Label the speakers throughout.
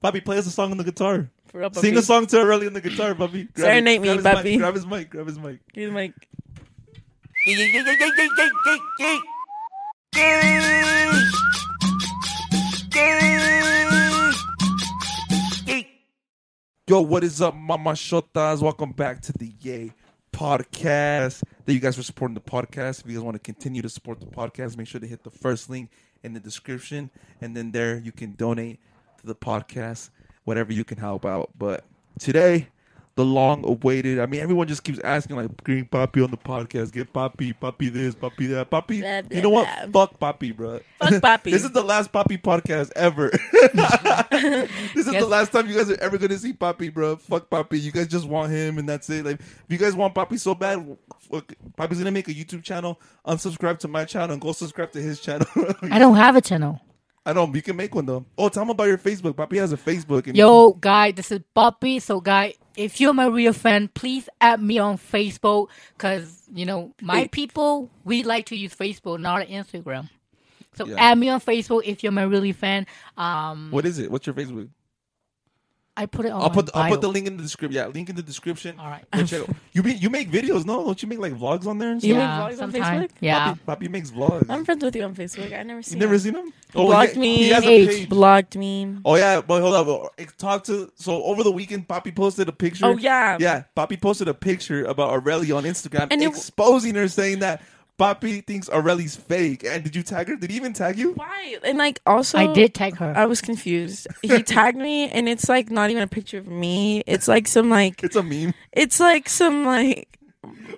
Speaker 1: Bobby, play us a song on the guitar.
Speaker 2: For real,
Speaker 1: Sing
Speaker 2: Bobby.
Speaker 1: a song to Aureli on the guitar, Bobby. Grab
Speaker 2: Serenade me,
Speaker 1: grab his mic,
Speaker 2: Bobby.
Speaker 1: grab his mic. Grab his mic.
Speaker 2: Give me the mic.
Speaker 1: Yo, what is up, Mama Shotas? Welcome back to the Yay Podcast. Thank you guys for supporting the podcast. If you guys want to continue to support the podcast, make sure to hit the first link in the description. And then there you can donate to the podcast, whatever you can help out. But today, the long awaited, I mean, everyone just keeps asking, like, Green Poppy on the podcast, get Poppy, Poppy this, Poppy that, Poppy.
Speaker 2: Blah, blah,
Speaker 1: you know what?
Speaker 2: blah.
Speaker 1: Fuck Poppy, bro.
Speaker 2: Fuck Poppy.
Speaker 1: this is the last Poppy podcast ever. This is
Speaker 2: Yes.
Speaker 1: the last time you guys are ever gonna see Poppy, bro. Fuck Poppy. You guys just want him, and that's it. Like, if you guys want Poppy so bad, fuck, Poppy's gonna make a YouTube channel. Unsubscribe to my channel and go subscribe to his channel.
Speaker 3: I don't have a channel.
Speaker 1: I know you can make one though. Oh, tell him about your Facebook. Poppy has a Facebook. And
Speaker 3: Yo, guy, this is Poppy. So, guy, if you're my real fan, please add me on Facebook because, you know, my
Speaker 2: Hey.
Speaker 3: people, we like to use Facebook, not Instagram. So,
Speaker 1: Yeah.
Speaker 3: add me on Facebook if you're my really fan. Um,
Speaker 1: what is it? What's your Facebook?
Speaker 3: I put it on
Speaker 1: I'll
Speaker 3: Oh, my
Speaker 1: put the, I'll
Speaker 3: bio.
Speaker 1: put the link in the description. Yeah, link in the description.
Speaker 3: All right.
Speaker 1: Go check it out. you be, you make videos, no? Don't you make like vlogs on there? And stuff?
Speaker 2: You make
Speaker 3: yeah,
Speaker 2: vlogs on
Speaker 3: sometime.
Speaker 2: Facebook?
Speaker 3: Yeah.
Speaker 1: Poppy, Poppy makes vlogs.
Speaker 2: I'm friends with you on Facebook. I never
Speaker 1: you
Speaker 2: seen.
Speaker 1: never
Speaker 2: him.
Speaker 1: seen him? Oh,
Speaker 2: blocked
Speaker 1: he-
Speaker 2: me.
Speaker 1: He has a
Speaker 3: H.
Speaker 1: page.
Speaker 2: Blocked me.
Speaker 1: Oh yeah, but hold up. It- Talk to so over the weekend, Poppy posted a picture.
Speaker 2: Oh, yeah.
Speaker 1: yeah. Poppy posted a picture about Aureli on Instagram,
Speaker 2: And it-
Speaker 1: exposing her, saying that Poppy thinks Aureli's fake. And did you tag her? Did he even tag you?
Speaker 2: Why? And like also,
Speaker 3: I did tag her.
Speaker 2: I was confused. He tagged me, and it's like not even a picture of me. It's like some like
Speaker 1: It's a meme.
Speaker 2: it's like some like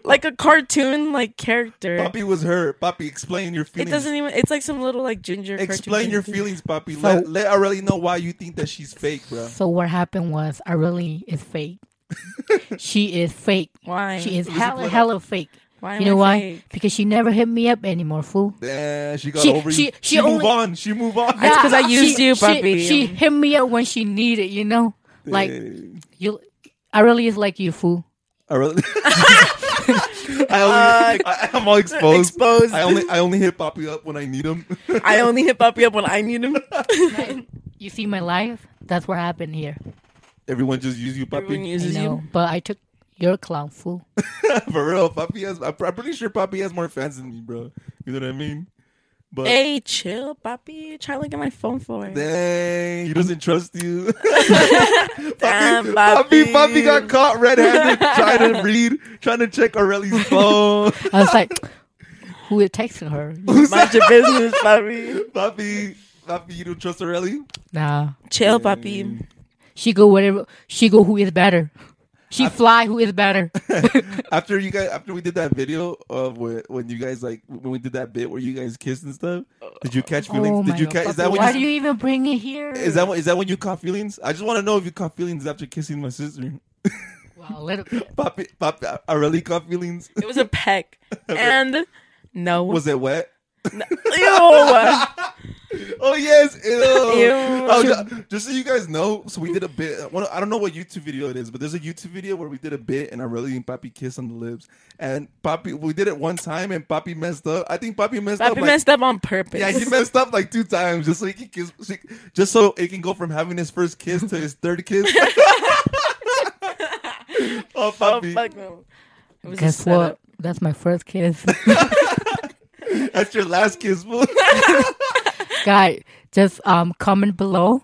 Speaker 2: like a cartoon like character.
Speaker 1: Poppy was her. Poppy, explain your
Speaker 2: it
Speaker 1: feelings.
Speaker 2: doesn't even. It's like some little like ginger. cartoon
Speaker 1: explain your
Speaker 2: character.
Speaker 1: feelings, Poppy.
Speaker 3: So-
Speaker 1: let let Aureli know why you think that she's fake, bro.
Speaker 3: so, what happened was, I really is fake. she is fake.
Speaker 2: Why?
Speaker 3: She is
Speaker 1: Listen,
Speaker 3: hella,
Speaker 1: play that.
Speaker 3: hella fake.
Speaker 2: Why am
Speaker 3: you
Speaker 2: I
Speaker 3: know why?
Speaker 2: fake?
Speaker 3: Because she never hit me up anymore, fool.
Speaker 1: Damn, she got
Speaker 3: She-
Speaker 1: over
Speaker 3: she-
Speaker 1: you.
Speaker 3: she
Speaker 1: move
Speaker 3: only-
Speaker 1: on. She move on.
Speaker 2: That's 'cause I used
Speaker 3: she,
Speaker 2: you,
Speaker 3: she-
Speaker 2: puppy.
Speaker 3: She, hit me up when she needed, you know. Like you, I really is like you, fool.
Speaker 1: I really. I only, I, am all exposed.
Speaker 2: exposed.
Speaker 1: I only I only hit Poppy up when I need him.
Speaker 2: I only hit Poppy up when I need him.
Speaker 3: You see my life? That's what happened here.
Speaker 1: Everyone just use you,
Speaker 2: Everyone
Speaker 1: Poppy.
Speaker 3: I
Speaker 2: uses
Speaker 3: know,
Speaker 2: you.
Speaker 3: but I took your clown, fool.
Speaker 1: For real, Poppy has. I'm I'm pretty sure Poppy has more fans than me, bro. You know what I mean? But
Speaker 2: Hey, chill, Poppy. Try looking at my phone for it.
Speaker 1: dang, he doesn't trust you. Poppy,
Speaker 2: Damn, Poppy.
Speaker 1: Poppy got caught red-handed trying to read, trying to check Aureli's phone.
Speaker 3: I was like, who is texting her?
Speaker 2: Mind your business, Poppy.
Speaker 1: Poppy, Poppy, you don't trust Aureli?
Speaker 3: Nah,
Speaker 2: Chill,
Speaker 1: Mm.
Speaker 2: Poppy.
Speaker 3: she go whatever. She go who is better. She fly who is better.
Speaker 1: after you guys after we did that video of where, when you guys like when we did that bit where you guys kissed and stuff did you catch feelings
Speaker 3: oh my
Speaker 1: did you
Speaker 3: God,
Speaker 1: catch is that
Speaker 3: puppy,
Speaker 1: when
Speaker 3: why
Speaker 1: you,
Speaker 3: do you even bring it here?
Speaker 1: is that when, is that when you caught feelings i just want to know if you caught feelings after kissing my sister
Speaker 3: Wow, let it-
Speaker 1: Poppy, Poppy, I- I really caught feelings.
Speaker 2: It was a peck. And no.
Speaker 1: Was it wet?
Speaker 2: Ew.
Speaker 1: Oh yes. Ew.
Speaker 2: Ew.
Speaker 1: Oh, ju- just, so you guys know, so we did a bit. one- I don't know what YouTube video it is, but there's a YouTube video where we did a bit, and I really and Poppy kissed on the lips, and Poppy. We did it one time, and Poppy messed up. I think Poppy messed up.
Speaker 2: Poppy
Speaker 1: like,
Speaker 2: messed up on purpose.
Speaker 1: Oh Yeah, he messed up like two times just so he can kiss, just so it can go from having his first kiss to his third kiss. oh,
Speaker 2: Oh,
Speaker 1: puppy,
Speaker 2: fuck no. It was a
Speaker 3: guess
Speaker 2: setup.
Speaker 3: what? That's my first kiss.
Speaker 1: that's your last kiss. fool.
Speaker 3: guy just um comment below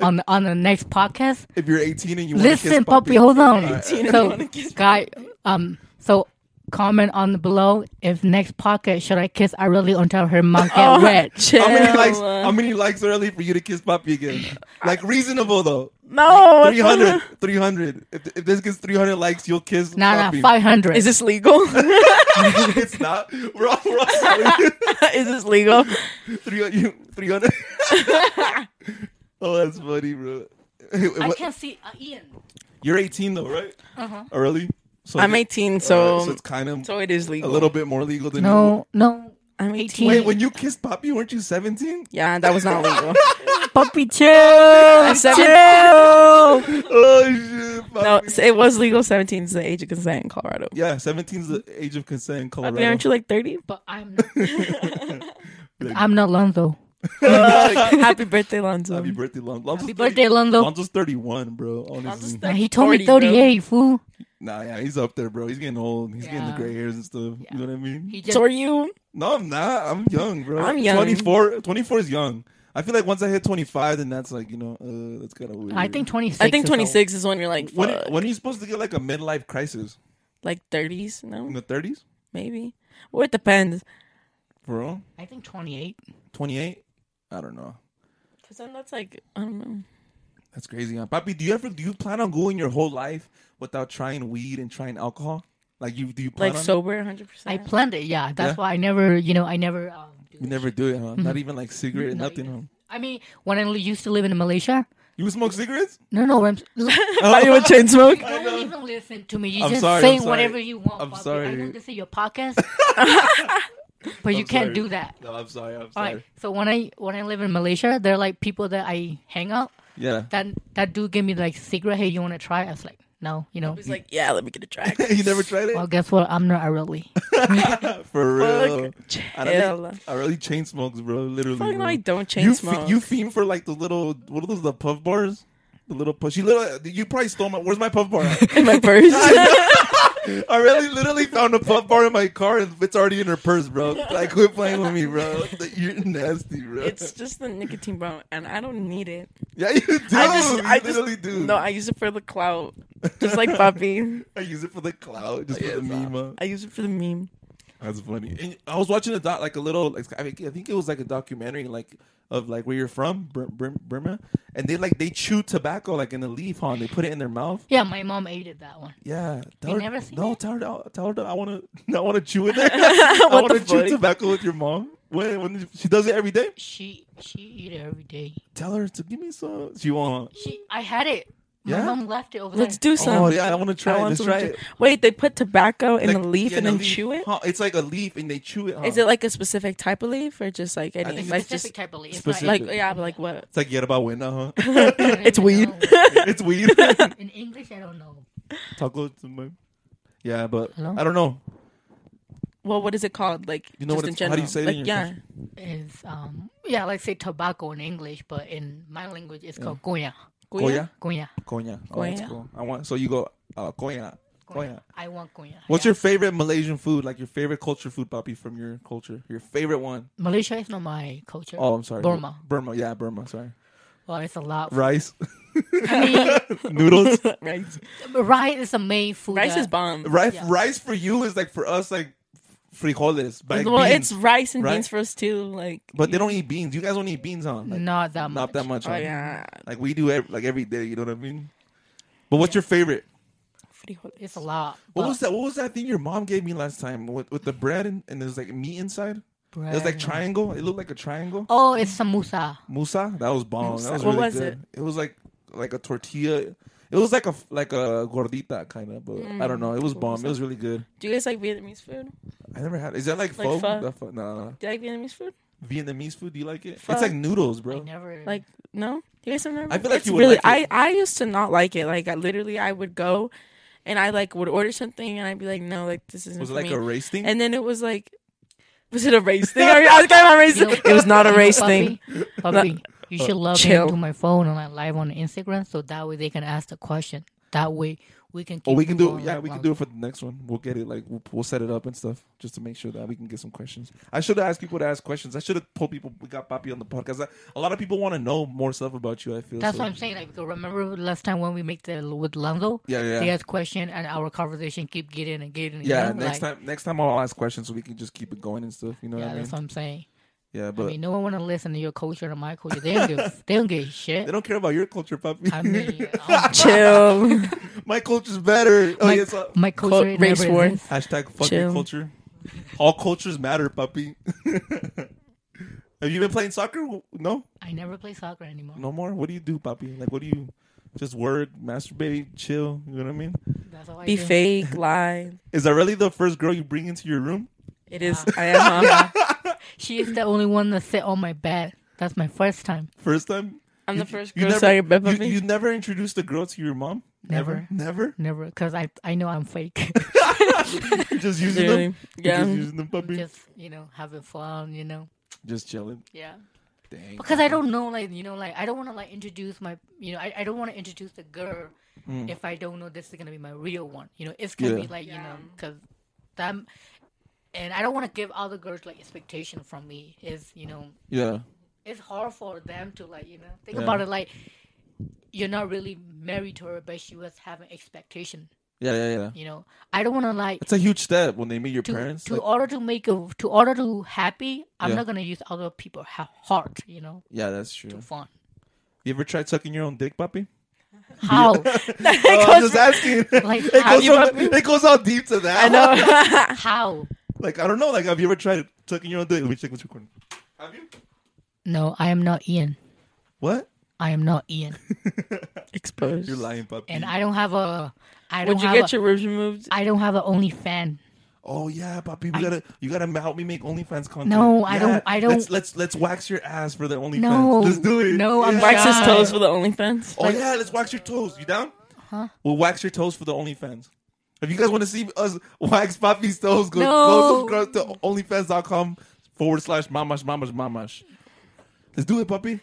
Speaker 1: Uh,
Speaker 3: on on the next podcast
Speaker 1: if you're 18 and you want to kiss
Speaker 3: listen puppy
Speaker 1: puppy,
Speaker 3: hold on
Speaker 1: Alright.
Speaker 2: and you
Speaker 3: so
Speaker 2: wanna kiss
Speaker 3: guy um so comment on the below if next podcast should i kiss i really until her mouth get
Speaker 2: Oh,
Speaker 3: red
Speaker 2: chill.
Speaker 1: how many likes? How many likes early for you to kiss puppy again? Like reasonable though.
Speaker 2: No. what the-
Speaker 1: 300, 300. If, if this gets 300 likes, you'll kiss
Speaker 3: nah
Speaker 1: puppy.
Speaker 3: nah 500
Speaker 2: Is this legal? Is
Speaker 1: it's not. We're all, we're all sorry.
Speaker 2: this legal?
Speaker 1: 300. 300. oh, that's funny, bro.
Speaker 3: i
Speaker 1: What-
Speaker 3: can't see uh, ian
Speaker 1: You're 18 though, right? Uh-huh. Oh, really? So
Speaker 2: I'm
Speaker 1: you-
Speaker 2: 18,
Speaker 1: uh,
Speaker 2: so
Speaker 1: so it's kind of
Speaker 2: so it is
Speaker 1: a
Speaker 2: legal.
Speaker 1: little bit more legal than you.
Speaker 3: no no
Speaker 2: I'm
Speaker 3: 18.
Speaker 1: Wait, when you kissed Poppy, weren't you 17?
Speaker 2: Yeah, that was not legal.
Speaker 3: puppy chill
Speaker 2: Seven-
Speaker 1: Oh shit!
Speaker 2: no,
Speaker 1: Poppy.
Speaker 2: it was legal. 17 is the age of consent in Colorado.
Speaker 1: yeah, 17 is the age of consent in
Speaker 2: Poppy,
Speaker 1: Colorado.
Speaker 2: aren't you like 30?
Speaker 3: but i'm not i'm not lonzo
Speaker 1: Like,
Speaker 2: Happy birthday, Lonzo.
Speaker 1: happy birthday, Lon- Lonzo's
Speaker 3: Happy
Speaker 1: 30
Speaker 3: birthday, Lonzo.
Speaker 1: Lonzo's 31, bro. Honestly,
Speaker 3: Nah, he told me
Speaker 2: 40, bro.
Speaker 3: 38, fool.
Speaker 1: nah, yeah, he's up there, bro. He's getting old. He's getting the
Speaker 3: Yeah.
Speaker 1: gray hairs and stuff.
Speaker 3: Yeah.
Speaker 1: You know what I mean?
Speaker 3: He just
Speaker 2: So are you?
Speaker 1: No, I'm not. I'm young, bro.
Speaker 2: I'm young.
Speaker 1: 24, 24 is young. I feel like once I hit 25, then that's like, you know, uh, that's kind of weird.
Speaker 3: I think 26.
Speaker 2: I think
Speaker 3: is old.
Speaker 2: 26 is when you're like,
Speaker 1: When,
Speaker 2: fuck.
Speaker 1: when are you supposed to get like a midlife crisis?
Speaker 2: like 30s?
Speaker 1: In
Speaker 2: No,
Speaker 1: the 30s?
Speaker 2: maybe. Well, it depends.
Speaker 1: Bro?
Speaker 3: I think 28.
Speaker 1: 28? I don't know.
Speaker 2: Because then that's like, I don't know.
Speaker 1: That's crazy. Huh? Papi, do you ever, do you plan on going your whole life without trying weed and trying alcohol? Like, you, do you plan
Speaker 2: Like
Speaker 1: on
Speaker 2: sober 100%.
Speaker 3: I planned it, yeah. That's
Speaker 1: Yeah.
Speaker 3: why I never, you know, I never. Um, do
Speaker 1: You
Speaker 3: it.
Speaker 1: never do it, huh? Not even like cigarette,
Speaker 3: No,
Speaker 1: nothing,
Speaker 3: you-
Speaker 1: huh?
Speaker 3: I mean, when I used to live in Malaysia,
Speaker 1: You would smoke cigarettes?
Speaker 3: no, no, I'm,
Speaker 2: Are you a chain smoke?
Speaker 1: I
Speaker 3: don't
Speaker 1: know.
Speaker 3: even listen to me. You
Speaker 1: I'm
Speaker 3: just
Speaker 1: sorry,
Speaker 3: say
Speaker 1: I'm sorry.
Speaker 3: whatever you want.
Speaker 1: I'm
Speaker 3: Bobby. I
Speaker 1: sorry.
Speaker 3: know this is your podcast, but you
Speaker 1: I'm
Speaker 3: can't
Speaker 1: sorry.
Speaker 3: do that.
Speaker 1: No, I'm sorry. I'm
Speaker 3: All
Speaker 1: sorry.
Speaker 3: right. So when I when I live in Malaysia, there are like people that I hang out.
Speaker 1: Yeah.
Speaker 3: That that dude gave me like cigarette. Hey, you want to try? I was like, no, you know.
Speaker 2: He's like, yeah, let me get a track.
Speaker 1: you never tried it?
Speaker 3: Well, guess what? I'm not really.
Speaker 1: For real.
Speaker 2: Fuck.
Speaker 1: I, don't
Speaker 2: Chill.
Speaker 1: think, I really chain smokes, bro. Literally.
Speaker 2: Fuck no,
Speaker 1: bro.
Speaker 2: I don't chain
Speaker 1: you fe-
Speaker 2: smoke.
Speaker 1: you fiend for like the little what are those the puff bars? The little push. You little you probably stole my where's my puff bar? at?
Speaker 2: in my purse.
Speaker 1: I really literally found a puff bar in my car and it's already in her purse, bro. Like quit playing with me, bro. You're nasty, bro.
Speaker 2: it's just the nicotine bomb, and I don't need it.
Speaker 1: yeah, you do.
Speaker 2: I just,
Speaker 1: you
Speaker 2: I
Speaker 1: literally
Speaker 2: just,
Speaker 1: do.
Speaker 2: no, I use it for the clout, just like Papi.
Speaker 1: I use it for the clout, just for the
Speaker 2: Yes,
Speaker 1: meme. huh?
Speaker 2: I use it for the meme.
Speaker 1: That's funny. And I was watching a doc, like a little, like I, think- I think it was like a documentary, like of like where you're from, Bur- Bur- Burma, and they like they chew tobacco like in a leaf, huh? And they put it in their mouth.
Speaker 3: yeah, my mom hated that one.
Speaker 1: Yeah, tell
Speaker 3: You
Speaker 1: her,
Speaker 3: never seen
Speaker 1: no,
Speaker 3: it?
Speaker 1: tell her, to- tell her to- I want to, I want to chew it. I
Speaker 2: What
Speaker 1: want to
Speaker 2: the
Speaker 1: chew
Speaker 2: fuck?
Speaker 1: tobacco with your mom. When, when she does it every day,
Speaker 3: She she eat it every day.
Speaker 1: tell her to give me some. She won't.
Speaker 3: She I had it. My
Speaker 1: Yeah?
Speaker 3: mom left it over
Speaker 2: Let's
Speaker 3: there.
Speaker 2: do some.
Speaker 1: Oh yeah, I want to try.
Speaker 2: I
Speaker 1: it.
Speaker 2: want
Speaker 1: Let's
Speaker 2: some
Speaker 1: try
Speaker 2: too.
Speaker 1: it.
Speaker 2: Wait, they put tobacco in
Speaker 1: Like,
Speaker 2: a leaf
Speaker 1: yeah, in
Speaker 2: and
Speaker 1: a
Speaker 2: then
Speaker 1: leaf.
Speaker 2: chew it.
Speaker 1: Huh, It's like a leaf, and they chew it. Huh?
Speaker 2: Is it like a specific type of leaf or just like
Speaker 1: think
Speaker 2: any?
Speaker 1: it's
Speaker 2: Like just
Speaker 3: specific type of leaf. It's
Speaker 1: specific.
Speaker 3: not-
Speaker 2: like yeah, but like what?
Speaker 1: It's like yet about winter, huh?
Speaker 2: it's weed.
Speaker 1: it's weed.
Speaker 3: In English, I don't know.
Speaker 1: Taco. to my- Yeah, but
Speaker 3: Hello?
Speaker 1: I don't know.
Speaker 2: Well, what is it called? Like
Speaker 1: You know
Speaker 2: just
Speaker 1: what
Speaker 2: in
Speaker 1: it's- how
Speaker 2: general.
Speaker 1: do you say it in
Speaker 2: like
Speaker 1: your
Speaker 2: yeah,
Speaker 3: Is um yeah, like say tobacco in English, but in my language, it's called goya.
Speaker 1: Goya,
Speaker 3: Goya.
Speaker 1: Konya. Oh, that's
Speaker 2: Konya.
Speaker 1: cool. I want. So you go, uh, Konya, Konya.
Speaker 3: I want goya.
Speaker 1: What's your favorite Malaysian food? Like your favorite culture food, Poppy, from your culture. Your favorite one.
Speaker 3: Malaysia is not my culture.
Speaker 1: Oh, I'm sorry.
Speaker 3: Burma.
Speaker 1: Burma. Yeah, Burma. Sorry.
Speaker 3: Well, it's a lot.
Speaker 1: Rice,
Speaker 3: I
Speaker 1: noodles.
Speaker 2: rice.
Speaker 3: mean, rice is the main food.
Speaker 2: Rice
Speaker 3: that-
Speaker 2: is bomb.
Speaker 1: Rice.
Speaker 3: Yeah.
Speaker 1: Rice for you is like for us like frijoles. But
Speaker 2: well, it's rice and
Speaker 1: right?
Speaker 2: beans for us too. Like
Speaker 1: but they don't eat beans. You guys don't eat beans on. Like,
Speaker 3: not that much.
Speaker 1: not that much.
Speaker 2: Oh
Speaker 1: huh?
Speaker 2: yeah,
Speaker 1: Like we do every, like every day. You know what I mean? But what's your favorite?
Speaker 2: frijoles.
Speaker 3: It's a lot.
Speaker 1: What
Speaker 2: Uh,
Speaker 3: but
Speaker 1: was that? What was that thing your mom gave me last time with, with the bread and, and there's like meat inside? It was
Speaker 2: Uh,
Speaker 1: like
Speaker 3: bread-
Speaker 1: triangle. It looked like a triangle.
Speaker 3: Oh, it's samosa.
Speaker 1: Musa, that was bomb. That
Speaker 2: Moussa.
Speaker 1: was
Speaker 2: uh, What
Speaker 1: really
Speaker 2: was
Speaker 1: good. It? was like like a tortilla. It was like a like a gordita kind of, but I don't know. It was bomb. It was really good.
Speaker 2: Do you guys like Vietnamese food?
Speaker 1: I never had. Is that like,
Speaker 2: Like
Speaker 1: pho?
Speaker 2: pho?
Speaker 1: That pho? Nah, nah, nah.
Speaker 2: Do you like Vietnamese food?
Speaker 1: Vietnamese food. Do you like it?
Speaker 2: Pho.
Speaker 1: It's like noodles, bro.
Speaker 3: I never
Speaker 2: Like no, you guys remember?
Speaker 1: I feel like you would
Speaker 2: really.
Speaker 1: like it.
Speaker 2: I I used to not like it. Like I literally, I would go, and I like would order something, and I'd be like, no, like this isn't
Speaker 1: was it
Speaker 2: for
Speaker 1: like
Speaker 2: me.
Speaker 1: a race thing?
Speaker 2: and then it was like, was it a race thing? Are you asking about race?
Speaker 3: You know-
Speaker 2: it was not a
Speaker 3: you know,
Speaker 2: race thing.
Speaker 3: Puppy, Puppy, you should log
Speaker 2: chill.
Speaker 3: into my phone and like live on Instagram, so that way they can ask the question. That way we can.
Speaker 1: Oh,
Speaker 3: keep
Speaker 1: we can do.
Speaker 3: going
Speaker 1: Yeah,
Speaker 3: like
Speaker 1: we can
Speaker 3: long.
Speaker 1: do it for the next one. We'll get it. Like we'll, we'll set it up and stuff, just to make sure that we can get some questions. I should have asked people to ask questions. I should have told people we got Papi on the podcast. I, a lot of people want to know more stuff about you. I feel.
Speaker 3: That's
Speaker 1: so-
Speaker 3: what I'm saying. Like, because remember last time when we make the with Lonzo?
Speaker 1: Yeah, yeah.
Speaker 3: They asked question and our conversation keep getting and getting. you
Speaker 1: Yeah,
Speaker 3: know,
Speaker 1: next
Speaker 3: like-
Speaker 1: time, next time I'll ask questions so we can just keep it going and stuff. You know
Speaker 3: Yeah,
Speaker 1: what I mean?
Speaker 3: that's what I'm saying.
Speaker 1: Yeah, but
Speaker 3: I mean, no one want to listen to your culture or my culture. They don't give. they don't give shit.
Speaker 1: they don't care about your culture, Papi.
Speaker 3: I mean, um,
Speaker 2: Chill.
Speaker 1: my culture's better. Oh
Speaker 3: my,
Speaker 1: yeah, so,
Speaker 3: my
Speaker 2: Cul-
Speaker 3: culture
Speaker 2: race
Speaker 3: never
Speaker 2: war.
Speaker 3: exists.
Speaker 1: hashtag fuck your
Speaker 2: Chill.
Speaker 1: culture. All cultures matter, Papi. Have you been playing soccer? No,
Speaker 3: I never play soccer anymore.
Speaker 1: no more. What do you do, Papi? Like, what do you? Just work, masturbate, chill. You know what I mean?
Speaker 3: That's all I
Speaker 2: Be
Speaker 3: do.
Speaker 2: fake, lie.
Speaker 1: Is that really the first girl you bring into your room?
Speaker 2: It is. I am. Huh?
Speaker 3: She is the only one that sit on my bed. That's my first time.
Speaker 1: First time?
Speaker 2: I'm the first
Speaker 1: You
Speaker 2: girl.
Speaker 1: never,
Speaker 2: Sorry, but
Speaker 1: you, you never introduced a girl to your mom?
Speaker 3: Never.
Speaker 1: Never?
Speaker 3: Never, because I I know I'm fake.
Speaker 1: You're just using
Speaker 2: Literally.
Speaker 1: them? You're
Speaker 2: Yeah.
Speaker 1: Just using them, puppy? Just,
Speaker 3: Just you know having fun. You know.
Speaker 1: chilling.
Speaker 3: Yeah.
Speaker 1: Dang.
Speaker 3: because I don't know, like you know, like I don't want to like introduce my, you know, I, I don't want to introduce the girl if I don't know this is gonna be my real one. You know, it's gonna be
Speaker 1: Mm. Yeah.
Speaker 3: like you know,
Speaker 2: Yeah.
Speaker 3: because that, and I don't want to give other girls like expectation from me. Is you know,
Speaker 1: Yeah.
Speaker 3: it's hard for them to like you know think
Speaker 1: Yeah.
Speaker 3: about it like you're not really married to her, but she was having expectation.
Speaker 1: Yeah, yeah, yeah.
Speaker 3: You know, I don't want to like
Speaker 1: It's a huge step when they meet your
Speaker 3: to
Speaker 1: parents.
Speaker 3: to
Speaker 1: like-
Speaker 3: order to make a to order to happy. I'm
Speaker 1: Yeah.
Speaker 3: not gonna use other people ha- heart. You know,
Speaker 1: yeah, that's true.
Speaker 3: to fun.
Speaker 1: You ever tried sucking your own dick, puppy?
Speaker 3: How?
Speaker 1: Oh, I'm just asking.
Speaker 3: Like,
Speaker 1: it,
Speaker 3: how-
Speaker 1: goes
Speaker 3: you
Speaker 1: from, it goes all deep to that.
Speaker 2: I know.
Speaker 3: How?
Speaker 1: Like, I don't know. Like, have you ever tried sucking your own dick? Let me check what's recording. Have you?
Speaker 3: No, I am not Ian.
Speaker 1: What?
Speaker 3: I am not Ian,
Speaker 2: Exposed.
Speaker 1: You're lying, puppy.
Speaker 3: and I don't have a. I don't
Speaker 2: Would you
Speaker 3: have
Speaker 2: get
Speaker 3: a,
Speaker 2: your ribs removed?
Speaker 3: I don't have an OnlyFan.
Speaker 1: Oh yeah, puppy. We gotta. You gotta ma- help me make OnlyFans content.
Speaker 3: No, I
Speaker 1: Yeah.
Speaker 3: don't- I don't-
Speaker 1: Let's let's let's wax your ass for the OnlyFans.
Speaker 3: No.
Speaker 1: let's do it.
Speaker 3: No, I'm
Speaker 1: Yeah.
Speaker 2: Wax his
Speaker 3: God.
Speaker 2: toes for the OnlyFans.
Speaker 1: Oh yeah, let's wax your toes. You down? Huh? We'll wax your toes for the OnlyFans. If you guys want to see us wax Poppy's toes, go,
Speaker 3: No.
Speaker 1: go subscribe to OnlyFans.com forward slash mamash mamash mamash. Let's do it, puppy.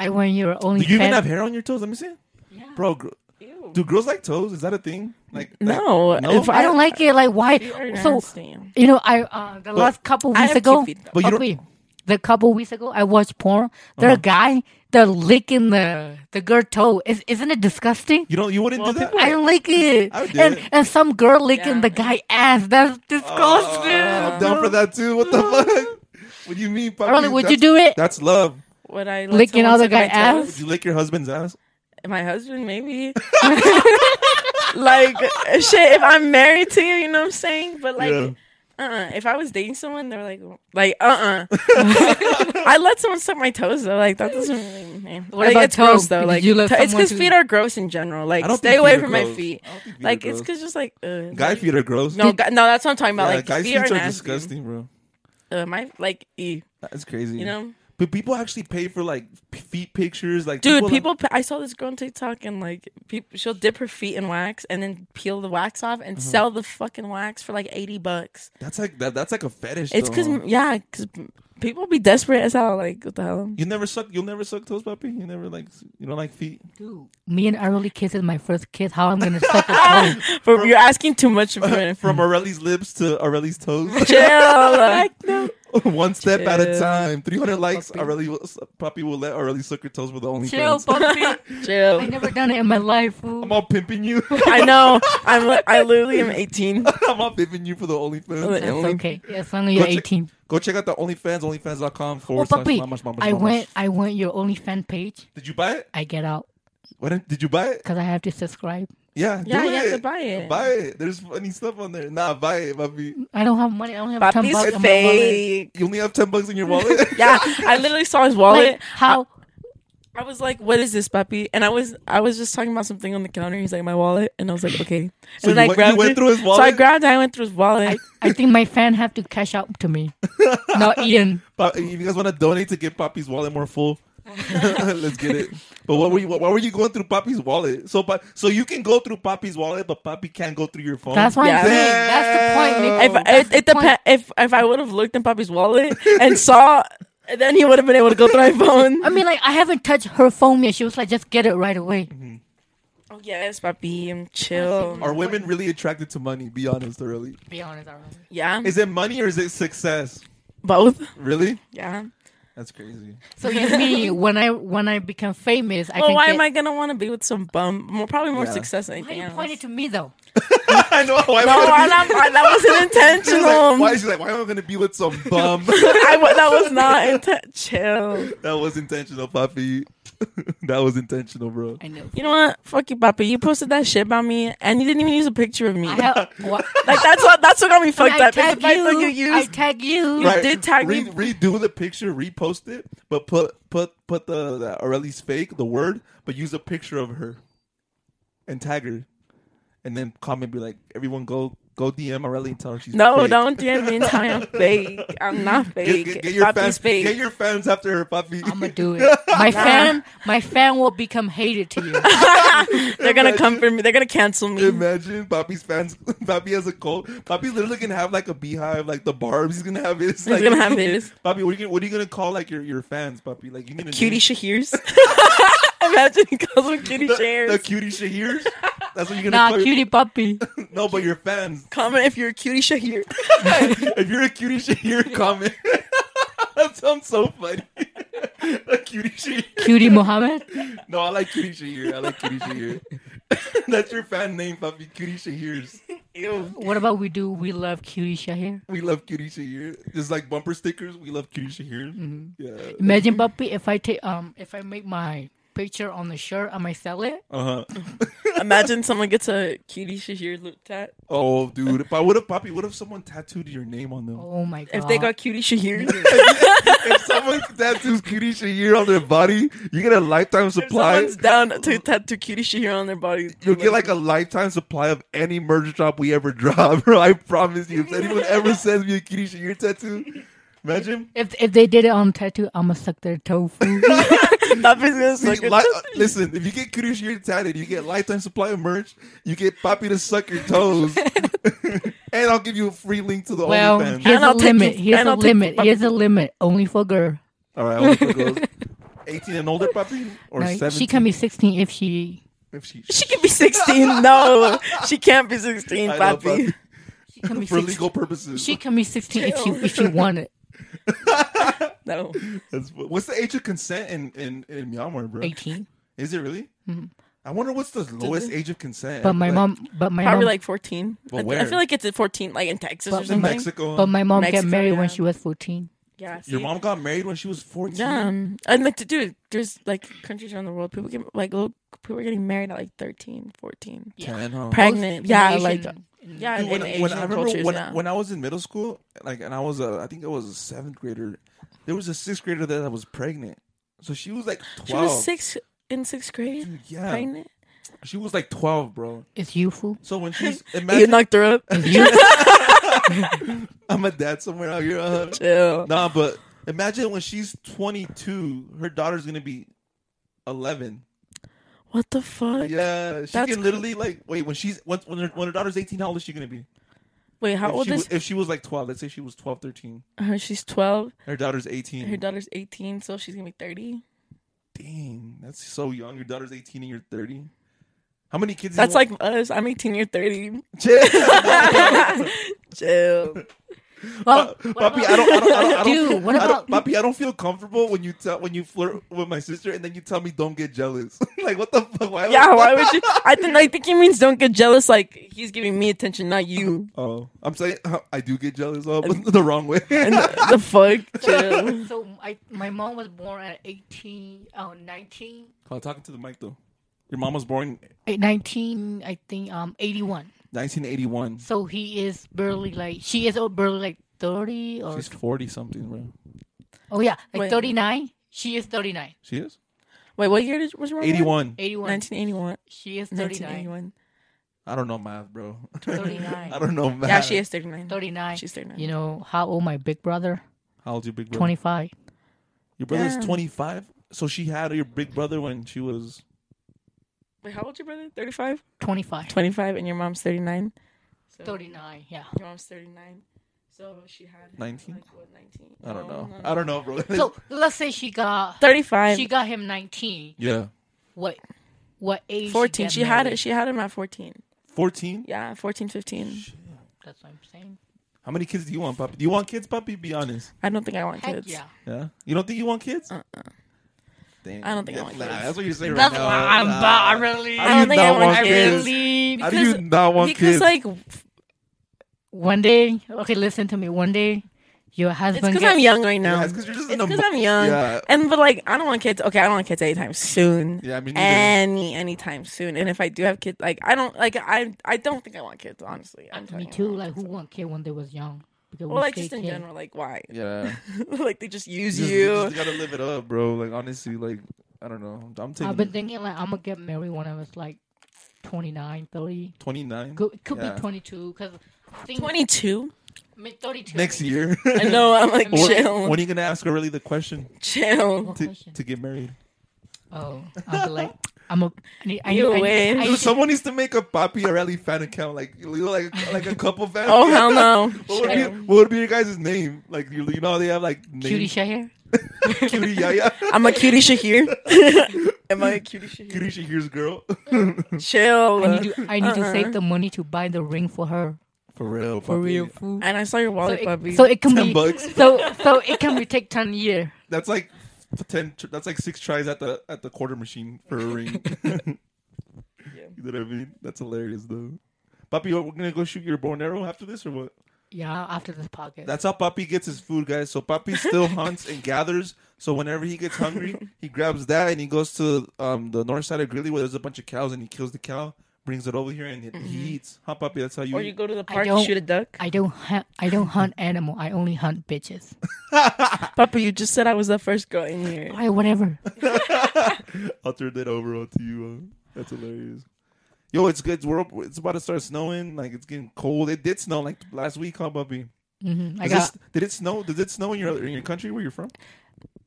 Speaker 3: I want your
Speaker 1: Do
Speaker 3: OnlyFan.
Speaker 1: you even have hair on your toes? Let me see.
Speaker 3: Yeah.
Speaker 1: Bro, gr- do girls like toes? Is that a thing? Like, like-
Speaker 2: No,
Speaker 1: No?
Speaker 2: if
Speaker 3: I don't like it. Like why? So
Speaker 2: understand.
Speaker 3: you know, I uh, the last couple
Speaker 2: I
Speaker 3: weeks
Speaker 2: have
Speaker 3: ago,
Speaker 2: two feet, though.
Speaker 1: But you don't- Uh-huh.
Speaker 3: okay, the couple weeks ago, I watched porn. There a guy that licking the the girl toe. Is isn't it disgusting?
Speaker 1: you don't. You wouldn't do that.
Speaker 3: I don't like it.
Speaker 1: I would do
Speaker 3: and
Speaker 1: it.
Speaker 3: and some girl licking
Speaker 2: Yeah.
Speaker 3: the guy ass. That's disgusting.
Speaker 1: I'm down for that too. What the fuck? What do you mean, puppy?
Speaker 3: Really, would you
Speaker 1: That's-
Speaker 3: do it?
Speaker 1: That's love.
Speaker 2: Would I let
Speaker 3: Licking
Speaker 2: someone
Speaker 3: other
Speaker 2: suck my
Speaker 3: guy ass?
Speaker 2: toes?
Speaker 1: Would you lick your husband's ass?
Speaker 2: My husband, maybe. like shit. If I'm married to you, you know what I'm saying. But like,
Speaker 1: Yeah.
Speaker 2: uh, if I was dating someone, they're like, like, uh, uh I let someone suck my toes though. Like that doesn't really. eh.
Speaker 3: What
Speaker 2: like,
Speaker 3: about
Speaker 2: it's gross
Speaker 3: toe?
Speaker 2: though. Like
Speaker 3: You let
Speaker 2: t- it's
Speaker 3: someone
Speaker 2: because
Speaker 3: to-
Speaker 2: feet are gross in general. Like
Speaker 1: I don't
Speaker 2: stay
Speaker 1: think
Speaker 2: away
Speaker 1: feet are
Speaker 2: from my
Speaker 1: gross.
Speaker 2: feet.
Speaker 1: I don't think feet are
Speaker 2: Like it's
Speaker 1: gross.
Speaker 2: because just like uh,
Speaker 1: Guy feet are gross.
Speaker 2: No, gu- no, that's what I'm talking about.
Speaker 1: yeah,
Speaker 2: like
Speaker 1: guys'
Speaker 2: feet
Speaker 1: feet
Speaker 2: are,
Speaker 1: are
Speaker 2: nasty.
Speaker 1: disgusting, bro.
Speaker 2: Uh, my like, ew,
Speaker 1: That's crazy.
Speaker 2: you know,
Speaker 1: But people actually pay for like p- feet pictures, like
Speaker 2: dude.
Speaker 1: like-
Speaker 2: People, I saw this girl on TikTok and like, people, she'll dip her feet in wax and then peel the wax off and sell the fucking wax for like eighty bucks.
Speaker 1: that's like that, that's like a fetish.
Speaker 2: It's
Speaker 1: though,
Speaker 2: because
Speaker 1: huh?
Speaker 2: yeah, because people be desperate as hell. Like what the hell?
Speaker 1: you never suck. You'll never suck toes, puppy. You never like s- you don't like feet.
Speaker 3: Dude, me and Arlie kisses my first kiss. How I'm gonna suck a toe?
Speaker 2: But you're asking too much of her.
Speaker 1: From Aureli's lips to Aureli's toes,
Speaker 2: Chill. Like, no.
Speaker 1: one step at a
Speaker 2: Chill.
Speaker 1: time. Three hundred likes.
Speaker 3: Puppy.
Speaker 1: Aureli will, puppy will let Aureli suck her toes with the only.
Speaker 3: Chill, puppy. I
Speaker 2: Chill.
Speaker 3: never done it in my life. fool.
Speaker 1: I'm all pimping you.
Speaker 2: I know. I'm. li- I literally am 18.
Speaker 1: I'm all pimping you for the OnlyFans.
Speaker 2: Like-
Speaker 3: That's
Speaker 2: only-
Speaker 3: okay. As long as you're
Speaker 1: Go check-
Speaker 3: 18.
Speaker 1: Go check out the OnlyFans, OnlyFans.com
Speaker 3: Oh,
Speaker 1: forward slash
Speaker 3: puppy.
Speaker 1: mamas, mamas,
Speaker 3: I
Speaker 1: mamas.
Speaker 3: went. I went your OnlyFans page.
Speaker 1: Did you buy it?
Speaker 3: I get out
Speaker 1: Why didn't, did you buy it?
Speaker 3: because I have to subscribe.
Speaker 1: Yeah,
Speaker 2: Yeah,
Speaker 1: do
Speaker 2: you
Speaker 1: it.
Speaker 2: have to buy it.
Speaker 1: Buy it. There's funny stuff on there. Nah, buy it, puppy.
Speaker 3: I don't have money. I only have ten bucks.
Speaker 2: Papi's
Speaker 3: in my wallet.
Speaker 2: fake.
Speaker 1: You only have ten bucks in your wallet.
Speaker 2: Yeah, I literally saw his wallet.
Speaker 3: Like, how?
Speaker 2: I was like, "What is this, puppy?" And I was, I was just talking about something on the counter. He's like, "My wallet," and I was like, "Okay." And
Speaker 1: So you
Speaker 2: I
Speaker 1: went- you went
Speaker 2: it.
Speaker 1: through his
Speaker 2: So I
Speaker 1: wallet?
Speaker 2: grabbed. it, I went through his wallet.
Speaker 3: I think my fan have to cash out to me. Not Ian.
Speaker 1: Pop- if you guys want to donate to get Poppy's wallet more full, let's get it. But what were you? What, why were you going through Poppy's wallet? So, but so you can go through Poppy's wallet, but Poppy can't go through your phone.
Speaker 3: That's what
Speaker 2: Yeah.
Speaker 3: I'm saying. That's the point. Nick.
Speaker 2: if
Speaker 3: That's
Speaker 2: it, it
Speaker 3: the point.
Speaker 2: depend, if if I would have looked in Poppy's wallet and saw, then he would have been able to go through my phone.
Speaker 3: I mean, like, I haven't touched her phone yet. She was like, just get it right away.
Speaker 2: oh yes, puppy, I'm chill.
Speaker 1: Are women really attracted to money? Be honest, really.
Speaker 2: Mm.
Speaker 3: Be honest,
Speaker 2: Yeah,
Speaker 1: Is it money or is it success?
Speaker 2: both.
Speaker 1: Really?
Speaker 2: Yeah.
Speaker 1: That's crazy.
Speaker 3: So you mean when I when I become famous, I
Speaker 2: Well,
Speaker 3: can
Speaker 2: why
Speaker 3: get...
Speaker 2: am I gonna want to be with some bum? More, probably more
Speaker 1: Yeah.
Speaker 2: success than
Speaker 3: Why
Speaker 2: anything
Speaker 3: you
Speaker 2: else.
Speaker 3: pointed to me though?
Speaker 1: I know. Why
Speaker 2: no,
Speaker 1: would I
Speaker 2: I,
Speaker 1: be-
Speaker 2: not, I, that wasn't
Speaker 1: She was
Speaker 2: intentional.
Speaker 1: like, why? She's like, why am I going to be with some bum?
Speaker 2: I wa- that was not inten- chill.
Speaker 1: that was intentional, Poppy. that was intentional, bro.
Speaker 3: I know.
Speaker 2: You know what? Fuck you, Papa. You posted that shit about me, and you didn't even use a picture of me.
Speaker 3: I have. What?
Speaker 2: like that's what that's what got me fucked
Speaker 3: I
Speaker 2: up.
Speaker 3: tag
Speaker 2: It's my
Speaker 3: you.
Speaker 2: fucking
Speaker 3: I
Speaker 2: use.
Speaker 3: tag you.
Speaker 2: Right. did tag
Speaker 1: re-
Speaker 2: me.
Speaker 1: Redo the picture, repost it, but put put put the, the Aureli's fake, the word, but use a picture of her and tag her, and then comment be like, everyone go Go DM Arelli and tell her she's
Speaker 2: No,
Speaker 1: fake.
Speaker 2: don't DM me and tell me I'm fake. I'm not
Speaker 1: Get,
Speaker 2: fake.
Speaker 1: get- get your
Speaker 2: Poppy's
Speaker 1: fans.
Speaker 2: fake.
Speaker 1: Get your fans after her, puppy.
Speaker 3: I'm gonna do it. My fan, my fan will become hated to you.
Speaker 2: They're gonna come for me. They're gonna cancel me.
Speaker 1: Imagine Poppy's fans. Poppy has a cold. Poppy's literally gonna have like a beehive, like the barbs. He's gonna have his. Like,
Speaker 2: gonna have his.
Speaker 1: Poppy, what are you gonna, what are you gonna call like your, your fans, Poppy? Like you gonna
Speaker 2: Cutie
Speaker 1: name-
Speaker 2: Shahirs. Imagine he calls them cutie
Speaker 1: the,
Speaker 2: shares.
Speaker 1: the cutie Shahirs. That's what you're gonna
Speaker 3: nah,
Speaker 1: call. your-
Speaker 3: cutie puppy.
Speaker 1: no, but your fans.
Speaker 2: Comment if you're a cutie Shahir.
Speaker 1: if you're a cutie Shahir, comment. that sounds so funny. a cutie Shahir.
Speaker 3: Cutie Mohammed.
Speaker 1: No, I like cutie Shahir. I like cutie Shahir. That's your fan name, Poppy. Cutie Shahirs.
Speaker 2: Ew.
Speaker 3: What about we do? We love cutie Shahir.
Speaker 1: We love cutie Shahir. Just like bumper stickers, we love cutie Shahir.
Speaker 3: Mm-hmm.
Speaker 1: Yeah.
Speaker 3: Imagine puppy if I take um if I make my picture on the shirt, I might sell it.
Speaker 2: Um,
Speaker 1: Uh huh.
Speaker 2: Imagine someone gets a cutie Shahir look tat.
Speaker 1: Oh, dude. But what if Poppy? What if someone tattooed your name on them?
Speaker 3: Oh my god!
Speaker 2: If they got cutie Shahir,
Speaker 1: if someone tattoos Cutie Shahir on their body, you get a lifetime
Speaker 2: if
Speaker 1: supply.
Speaker 2: someone's down to tattoo cutie Shahir on their body,
Speaker 1: You'll get like a lifetime supply of any merch drop we ever drop, bro. I promise you. If anyone ever sends me a Cutie Shahir tattoo, imagine.
Speaker 3: if if they did it on tattoo, I'ma suck their tofu.
Speaker 2: Poppy's gonna suck
Speaker 1: See,
Speaker 2: it.
Speaker 1: li- uh, listen, if you get Cutie Shahir tatted, you get lifetime supply of merch. You get Poppy to suck your toes, and I'll give you a free link to the
Speaker 3: well,
Speaker 1: OnlyFans.
Speaker 3: here's
Speaker 2: And
Speaker 3: a
Speaker 2: I'll take
Speaker 3: limit.
Speaker 2: you-
Speaker 3: Here's
Speaker 2: and
Speaker 3: a
Speaker 2: I'll take
Speaker 3: limit.
Speaker 2: you-
Speaker 3: Here's a limit. Only for girl.
Speaker 1: All right, only for girls. 18 and older, Poppy, or
Speaker 3: No,
Speaker 1: 17.
Speaker 3: she can be 16 if she.
Speaker 1: if she,
Speaker 2: She can be 16. No, she can't be 16,
Speaker 1: I know,
Speaker 2: Poppy.
Speaker 3: She can be
Speaker 1: for
Speaker 3: 16
Speaker 1: legal purposes.
Speaker 3: She can be 16 if she if she want it.
Speaker 2: No.
Speaker 1: That's- what's the age of consent in, in, in Myanmar, bro?
Speaker 3: 18.
Speaker 1: Is it really?
Speaker 2: Mm-hmm.
Speaker 1: I wonder what's the lowest age of consent.
Speaker 3: But my
Speaker 1: Like,
Speaker 3: mom. But my
Speaker 2: Probably
Speaker 3: mom.
Speaker 2: like 14.
Speaker 1: But
Speaker 2: I, th-
Speaker 1: where?
Speaker 2: I feel like it's at 14, like in Texas or
Speaker 3: But-
Speaker 1: in
Speaker 2: something.
Speaker 1: Mexico.
Speaker 3: but my mom
Speaker 2: Mexico,
Speaker 3: got married
Speaker 2: yeah.
Speaker 3: when she was 14.
Speaker 2: yeah. see?
Speaker 1: your mom got married when she was 14.
Speaker 2: Yeah. um, And like, dude, there's like countries around the world, people get like, little people are getting married at like 13, 14.
Speaker 1: Ten, huh?
Speaker 2: Pregnant.
Speaker 3: Both
Speaker 2: Yeah.
Speaker 3: Asian-
Speaker 2: Like, yeah.
Speaker 1: Dude,
Speaker 2: in-
Speaker 1: when,
Speaker 2: in
Speaker 1: when I
Speaker 2: Asian
Speaker 1: remember
Speaker 2: cultures
Speaker 1: when,
Speaker 2: now.
Speaker 1: when I was in middle school, like, and I was a, I think I was a seventh grader. There was a sixth grader there that was pregnant, so she was like twelve.
Speaker 2: she was six in sixth grade,
Speaker 1: Dude, yeah,
Speaker 2: pregnant.
Speaker 1: she was like twelve, bro.
Speaker 3: It's youthful.
Speaker 1: So when she's
Speaker 2: You
Speaker 1: imagine,
Speaker 2: knocked her up.
Speaker 1: I'm a dad somewhere out here. Uh,
Speaker 2: Chill.
Speaker 1: Nah, but imagine when she's 22, her daughter's gonna be 11.
Speaker 2: What the fuck?
Speaker 1: Yeah, she
Speaker 2: That's
Speaker 1: can literally like wait when she's once when her, when her daughter's 18. How old is she gonna be?
Speaker 2: Wait, how
Speaker 1: if
Speaker 2: old
Speaker 1: she
Speaker 2: is
Speaker 1: wa- if she was like 12? Let's say she was 12, 13.
Speaker 2: her? She's 12.
Speaker 1: Her daughter's 18.
Speaker 2: Her daughter's 18, so she's gonna be 30.
Speaker 1: Dang, that's so young. Your daughter's 18 and you're 30. How many kids? do you
Speaker 2: That's
Speaker 1: want-
Speaker 2: like us. I'm 18, you're 30. Chill.
Speaker 3: Well,
Speaker 1: Papi, I don't, I don't, I don't, I don't
Speaker 3: Dude,
Speaker 1: feel,
Speaker 3: what
Speaker 1: I don't-
Speaker 3: about-
Speaker 1: Papi, I don't feel comfortable when you tell when you flirt with my sister and then you tell me don't get jealous. like what the fuck? Why would-
Speaker 2: Yeah, why would you? I think I think he means don't get jealous. Like he's giving me attention, not you.
Speaker 1: Oh, I'm saying uh, I do get jealous of but the wrong way.
Speaker 2: And the, the fuck, chill.
Speaker 3: so I, my mom was born at 18, oh, 19,
Speaker 1: Call talking to the mic though. Your mom was born
Speaker 3: eh, 19, I think, um, 81.
Speaker 1: 1981.
Speaker 3: So he is barely like, she is oh, barely like 30 or,
Speaker 1: She's 40 something, bro.
Speaker 3: oh yeah, like
Speaker 2: Wait.
Speaker 3: 39. She is 39.
Speaker 1: She is
Speaker 2: Wait, what year did, was wrong?
Speaker 1: 81.
Speaker 3: 81.
Speaker 2: 1981.
Speaker 3: She is 39.
Speaker 2: 1981.
Speaker 1: I don't know math, bro. I
Speaker 3: 39.
Speaker 1: don't know math.
Speaker 2: Yeah, she is 39.
Speaker 3: 39.
Speaker 2: She's 39.
Speaker 3: You know how old my big brother?
Speaker 1: How old's your big brother?
Speaker 3: 25.
Speaker 1: Your brother's
Speaker 2: Yeah.
Speaker 1: 25. So she had your big brother when she was.
Speaker 2: Wait, how old's your brother? 35?
Speaker 3: 25.
Speaker 2: 25, and your mom's 39. So
Speaker 3: 39, yeah.
Speaker 2: Your mom's 39. So she had him
Speaker 1: 19?
Speaker 2: Like, what, 19?
Speaker 1: I don't know.
Speaker 2: No, no,
Speaker 1: I don't know, bro.
Speaker 3: So let's say she got
Speaker 2: 35.
Speaker 3: she got him 19.
Speaker 1: yeah,
Speaker 3: What what age? she
Speaker 2: 14.
Speaker 3: get
Speaker 2: She had
Speaker 3: married?
Speaker 2: it. She had him at 14.
Speaker 1: 14.
Speaker 2: Yeah, 14, 15.
Speaker 3: That's what I'm saying.
Speaker 1: How many kids do you want, Puppy? Do you want kids, Puppy? Be honest.
Speaker 2: I don't think I want
Speaker 3: Heck
Speaker 2: kids.
Speaker 3: yeah.
Speaker 1: Yeah. You don't think you want kids?
Speaker 2: Uh-uh.
Speaker 1: Damn.
Speaker 2: I don't think I want
Speaker 1: Nah,
Speaker 2: kids.
Speaker 1: That's what you're saying
Speaker 3: That's
Speaker 1: right
Speaker 3: why
Speaker 1: now.
Speaker 3: I'm
Speaker 1: Nah.
Speaker 3: about. I really,
Speaker 1: How do you
Speaker 2: I don't think I
Speaker 1: not
Speaker 2: want
Speaker 1: want
Speaker 2: kids.
Speaker 1: kids?
Speaker 3: really.
Speaker 1: How do you not want
Speaker 2: because
Speaker 1: kids?
Speaker 2: like it's
Speaker 3: One day, okay, listen to me. One day, your husband.
Speaker 2: because
Speaker 3: gets-
Speaker 2: I'm young right now.
Speaker 1: Yeah, it's
Speaker 2: it's
Speaker 1: 'cause you're just an
Speaker 2: because
Speaker 1: emo-
Speaker 2: I'm young.
Speaker 1: Yeah.
Speaker 2: And but like I don't want kids. Okay, I don't want kids anytime soon.
Speaker 1: Yeah, me neither.
Speaker 2: any anytime soon. And if I do have kids, like I don't like I I don't think I want kids. Honestly, I'm telling
Speaker 3: Me
Speaker 2: you, I
Speaker 3: too.
Speaker 2: don't
Speaker 3: Like,
Speaker 2: think
Speaker 3: who
Speaker 2: so.
Speaker 3: want kid when they was young? Because
Speaker 2: Well,
Speaker 3: we
Speaker 2: like
Speaker 3: stay
Speaker 2: just in
Speaker 3: kid.
Speaker 2: general, like why?
Speaker 1: yeah.
Speaker 2: like they just use
Speaker 1: just-
Speaker 2: you.
Speaker 1: just gotta live it up, bro. Like honestly, like I don't know. I'm taking
Speaker 3: I've been thinking like I'm gonna get married when I was like 29, 30.
Speaker 1: 29.
Speaker 3: Could, it could
Speaker 1: Yeah.
Speaker 3: be 22 because think
Speaker 2: 22.
Speaker 3: mid 32.
Speaker 1: Next year.
Speaker 2: I know. I'm like
Speaker 3: Or-
Speaker 2: chill,
Speaker 1: when are you gonna ask her really the question
Speaker 2: chill.
Speaker 1: to,
Speaker 3: Question.
Speaker 1: to get married?
Speaker 3: Oh, I'll be like, I'm a. I need, I need,
Speaker 2: You
Speaker 3: I need,
Speaker 2: win.
Speaker 3: I
Speaker 2: Dude,
Speaker 1: Dude,
Speaker 3: need,
Speaker 1: someone needs to make a Papiarelli fan account, like you know, like like a couple fan.
Speaker 2: Oh hell no.
Speaker 1: What would, be,
Speaker 2: Chill.
Speaker 1: what would be your guys' name? Like you, you know, how they have like
Speaker 3: to cutie
Speaker 1: names.
Speaker 3: Shahir.
Speaker 1: cutie Yaya,
Speaker 2: I'm a cutie Shahir. Am I a cutie Shahir?
Speaker 1: cutie Shahir's girl.
Speaker 2: Chill.
Speaker 3: I need to, I need to
Speaker 2: Uh-uh.
Speaker 3: save the money to buy the ring for her.
Speaker 1: For real,
Speaker 3: For
Speaker 1: papi.
Speaker 3: real, fool.
Speaker 2: And I saw your
Speaker 3: So
Speaker 2: wallet, puppy.
Speaker 3: it, so it can
Speaker 1: Ten
Speaker 3: be
Speaker 1: bucks.
Speaker 3: so so it can be take ten year.
Speaker 1: That's like ten. tr- That's like six tries at the at the quarter machine for a ring. You know what I mean? That's hilarious, though. Papi, we're gonna go shoot your bow and arrow after this, or what?
Speaker 3: Yeah, after this podcast.
Speaker 1: That's how Papi gets his food, guys. So Papi still hunts and gathers. So whenever he gets hungry, he grabs that and he goes to um, the north side of Greeley where there's a bunch of cows, and he kills the cow, brings it over here, and he, he eats. Huh, Papi? That's how you.
Speaker 2: Mm-hmm. or you
Speaker 1: eat.
Speaker 2: go to the park and
Speaker 3: don't-
Speaker 2: shoot a duck.
Speaker 3: I don't hunt. I don't hunt animal. I only hunt bitches.
Speaker 2: Papa, you just said I was the first girl in here.
Speaker 3: All right, whatever.
Speaker 1: I'll turn that over onto you. Uh, that's hilarious. Yo, it's good. We're up, it's about to start snowing. Like it's getting cold. It did snow like last week, huh, Papi?
Speaker 3: Mhm. I
Speaker 1: Is
Speaker 3: got.
Speaker 1: this- did it snow? Does it snow in your in your country where you're from?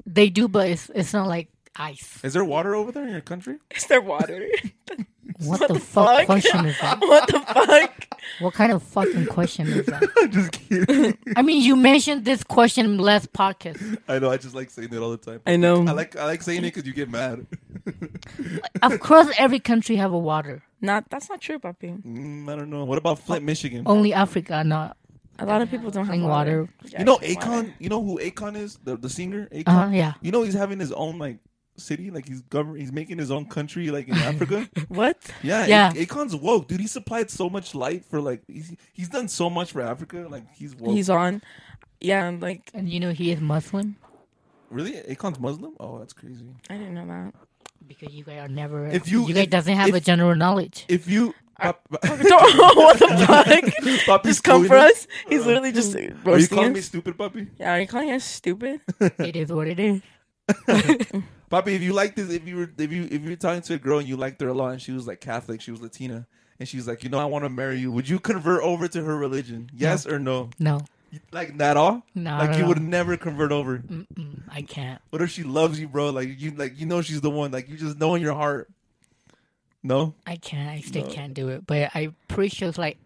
Speaker 3: They do, but it's it's not like ice.
Speaker 1: Is there water over there in your country?
Speaker 2: Is there water?
Speaker 3: What, the, fuck, question is that?
Speaker 2: what the fuck?
Speaker 3: What kind of fucking question is that?
Speaker 1: just kidding.
Speaker 3: I mean, you mentioned this question in last podcast.
Speaker 1: I know. I just like saying that all the time.
Speaker 2: I know.
Speaker 1: I like I like saying it because you get mad.
Speaker 3: Of course, every country have a water.
Speaker 2: Not that's not true, Papi.
Speaker 1: Mm, I don't know. What about Flint, Michigan?
Speaker 3: Only Africa, not
Speaker 2: A lot of people don't have
Speaker 3: clean
Speaker 2: water.
Speaker 3: water.
Speaker 2: Yeah,
Speaker 1: you know
Speaker 2: clean
Speaker 1: Akon.
Speaker 2: water.
Speaker 1: You know who Akon is? The the singer Akon.
Speaker 3: Uh huh. Yeah.
Speaker 1: You know he's having his own like city. Like he's govern. He's making his own country. Like in Africa.
Speaker 2: What?
Speaker 1: Yeah.
Speaker 3: Yeah.
Speaker 1: A- Akon's woke, dude. He supplied so much light for like he's he's done so much for Africa. Like he's woke.
Speaker 2: He's on. Yeah, I'm like
Speaker 3: And you know he is Muslim
Speaker 1: really Akon's Muslim. Oh, that's crazy.
Speaker 2: I didn't know that.
Speaker 3: because you guys are never.
Speaker 1: If
Speaker 3: If
Speaker 1: you-
Speaker 3: you, guys
Speaker 1: if-
Speaker 3: doesn't have a
Speaker 1: if-
Speaker 3: general knowledge.
Speaker 1: If you. Pop-
Speaker 2: Don't- what the fuck?
Speaker 1: Papi's
Speaker 2: Just come for
Speaker 1: calling
Speaker 2: us. He's literally just
Speaker 1: Uh, Are you
Speaker 2: roasting
Speaker 1: calling me
Speaker 2: us.
Speaker 1: stupid, Papi?
Speaker 2: Yeah, are you calling us stupid?
Speaker 3: it is what it is.
Speaker 1: Papi, if you like this, if you were, if you if you're talking to a girl and you liked her a lot, and she was like Catholic, she was Latina, and she's like, you know, I want to marry you. Would you convert over to her religion? Yes or no?
Speaker 3: No,
Speaker 1: Like not all.
Speaker 3: No,
Speaker 1: Like
Speaker 3: no,
Speaker 1: you
Speaker 3: no.
Speaker 1: would never convert over.
Speaker 3: Mm-mm, I can't.
Speaker 1: What if she loves you, bro? Like you like you know she's the one. Like you just know in your heart. No.
Speaker 3: I can't. I still can't do it. But I pretty sure it's like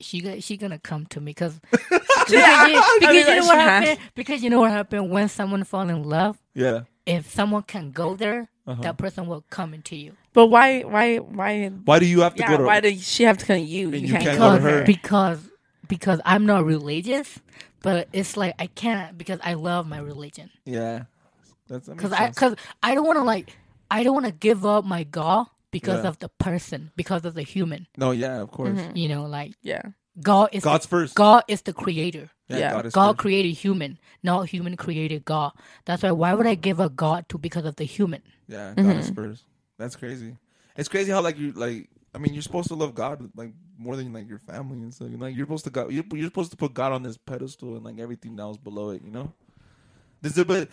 Speaker 3: she go- she gonna come to me because because, you,
Speaker 2: like,
Speaker 3: because you know what
Speaker 2: she has.
Speaker 3: happened. Because you know what happened when someone fall in love.
Speaker 1: Yeah.
Speaker 3: If someone can go there, that person will come into you.
Speaker 2: But why? Why? Why?
Speaker 1: Why do you have to
Speaker 2: Yeah,
Speaker 1: go to?
Speaker 2: why does she have to come to you?
Speaker 1: you can't go to her.
Speaker 3: because because because I'm not religious, but it's like I can't because I love my religion.
Speaker 1: yeah. That's that
Speaker 3: Because
Speaker 1: makes
Speaker 3: I
Speaker 1: sense.
Speaker 3: because I don't want to like I don't want to give up my God because
Speaker 1: Yeah.
Speaker 3: of the person because of the human.
Speaker 1: no. Yeah. Of course.
Speaker 3: You know, like
Speaker 2: Yeah.
Speaker 3: God is
Speaker 1: God's first.
Speaker 3: Mm-hmm. God is the creator.
Speaker 2: Yeah.
Speaker 1: is
Speaker 3: God
Speaker 1: first.
Speaker 3: created human, not human created God. That's why why would I give a God to because of the human?
Speaker 1: Yeah, God is first. That's crazy. It's crazy how like you like. I mean, you're supposed to love God like more than like your family and stuff. You know, Like you're supposed to God. You're, you're supposed to put God on this pedestal and like everything else below it. You know. This is but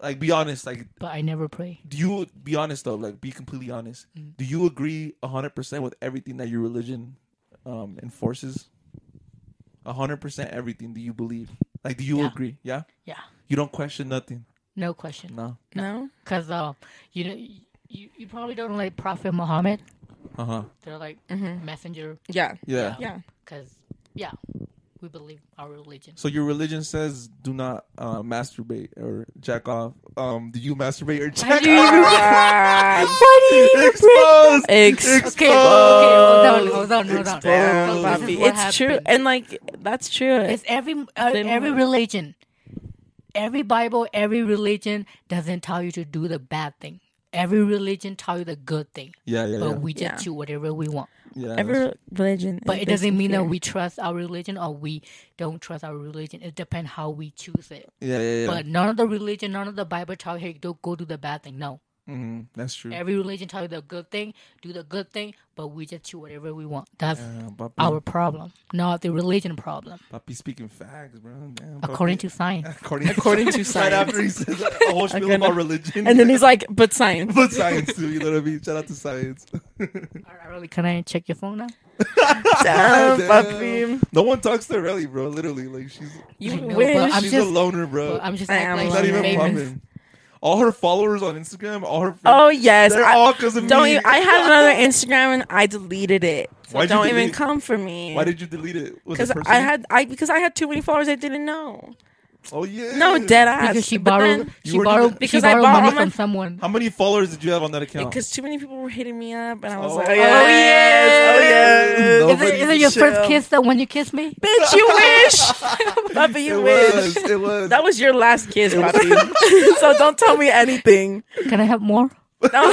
Speaker 1: like be honest. Like,
Speaker 3: But I never pray.
Speaker 1: do you be honest though? Like, be completely honest.
Speaker 3: Mm-hmm.
Speaker 1: Do you agree hundred percent with everything that your religion um enforces? hundred percent everything. Do you believe? Like, do you
Speaker 3: Yeah.
Speaker 1: agree? Yeah.
Speaker 3: Yeah,
Speaker 1: You don't question nothing.
Speaker 3: no question.
Speaker 1: No.
Speaker 2: No.
Speaker 3: Because uh, you know you, you probably don't like Prophet Muhammad.
Speaker 1: Uh huh.
Speaker 3: They're like
Speaker 2: Mm-hmm.
Speaker 3: messenger.
Speaker 2: Yeah.
Speaker 1: Yeah.
Speaker 2: Yeah.
Speaker 3: Because yeah, we believe our religion.
Speaker 1: So your religion says do not uh, masturbate or jack off. Um, do you masturbate or jack
Speaker 3: do you even-
Speaker 1: off?
Speaker 2: Ah,
Speaker 1: Exposed.
Speaker 2: Ex-
Speaker 1: Exposed.
Speaker 3: Okay, well, okay, hold on, hold on, hold on.
Speaker 1: Exposed.
Speaker 3: So
Speaker 2: Bobby,
Speaker 3: this is what
Speaker 2: it's true,
Speaker 3: happened.
Speaker 2: and like that's true.
Speaker 3: It's every uh,
Speaker 2: They don't
Speaker 3: every
Speaker 2: have-
Speaker 3: religion, every Bible, every religion doesn't tell you to do the bad thing. Every religion tell you the good thing,
Speaker 1: Yeah, yeah,
Speaker 3: but
Speaker 1: yeah.
Speaker 3: we just
Speaker 2: Yeah.
Speaker 3: do whatever we want.
Speaker 1: yeah
Speaker 2: Every
Speaker 1: that's-
Speaker 2: religion, is
Speaker 3: But it
Speaker 2: based
Speaker 3: doesn't
Speaker 2: in
Speaker 3: mean that
Speaker 2: fear.
Speaker 3: we trust our religion or we don't trust our religion. It depends how we choose it.
Speaker 1: yeah, yeah, yeah.
Speaker 3: But none of the religion, none of the Bible tell hey, don't go do the bad thing. No,
Speaker 1: hmm That's true.
Speaker 3: Every religion tell you the good thing, do the good thing, but we just do whatever we want. That's
Speaker 1: Damn, papi,
Speaker 3: our problem, not the religion problem,
Speaker 1: papi speaking facts, bro. Damn,
Speaker 3: according
Speaker 1: papi.
Speaker 3: to science.
Speaker 1: according,
Speaker 2: According to
Speaker 1: Right
Speaker 2: science.
Speaker 1: after he says a whole spiel
Speaker 2: Okay, no.
Speaker 1: about religion.
Speaker 2: And then he's like, but science.
Speaker 1: but science too, you know what I mean? Shout out to science.
Speaker 3: Oh, All right, really, can I check your phone now?
Speaker 2: Damn,
Speaker 1: Damn.
Speaker 2: puppy.
Speaker 1: No one talks to Relly, bro. Literally, like she's
Speaker 2: You
Speaker 3: I know, but
Speaker 2: wish.
Speaker 3: I'm
Speaker 1: she's
Speaker 3: just-
Speaker 1: a loner, bro.
Speaker 3: Well, I'm just
Speaker 2: I
Speaker 3: acting
Speaker 2: am
Speaker 3: like
Speaker 1: she's
Speaker 2: a
Speaker 1: not
Speaker 3: she's
Speaker 1: even
Speaker 3: famous.
Speaker 1: popping. All her followers on Instagram, all her
Speaker 2: oh, yes.
Speaker 1: they're
Speaker 2: I-
Speaker 1: all because of
Speaker 2: don't
Speaker 1: me.
Speaker 2: even, I had another Instagram and I deleted it. So
Speaker 1: Why'd you
Speaker 2: don't even
Speaker 1: delete it?
Speaker 2: come for me.
Speaker 1: Why did you delete it? Was it
Speaker 2: Because I
Speaker 1: personal?
Speaker 2: had I because I had too many followers I didn't know.
Speaker 1: Oh yeah.
Speaker 2: No dead ass.
Speaker 3: Because she
Speaker 2: But
Speaker 3: borrowed,
Speaker 2: then-
Speaker 1: You
Speaker 3: she
Speaker 1: weren't
Speaker 3: borrowed,
Speaker 1: even-
Speaker 2: Because
Speaker 3: she
Speaker 2: I
Speaker 3: borrowed
Speaker 2: borrowed
Speaker 3: money
Speaker 2: my-
Speaker 3: from someone.
Speaker 1: How many followers did you have on that account?
Speaker 2: because too many people were hitting me up, and I was
Speaker 1: Oh,
Speaker 2: like,
Speaker 1: oh,
Speaker 2: "Oh
Speaker 1: yes, oh, yes.
Speaker 2: yes,
Speaker 1: No,
Speaker 2: oh yes."
Speaker 3: Is
Speaker 1: Nobody
Speaker 3: it, is it your
Speaker 2: chill.
Speaker 3: first kiss that when you kiss me?
Speaker 2: Bitch, you wish, Bobby, you
Speaker 1: it
Speaker 2: wish.
Speaker 1: was. It was.
Speaker 2: That was your last kiss, Bobby. so don't tell me anything.
Speaker 3: Can I have more?
Speaker 2: No.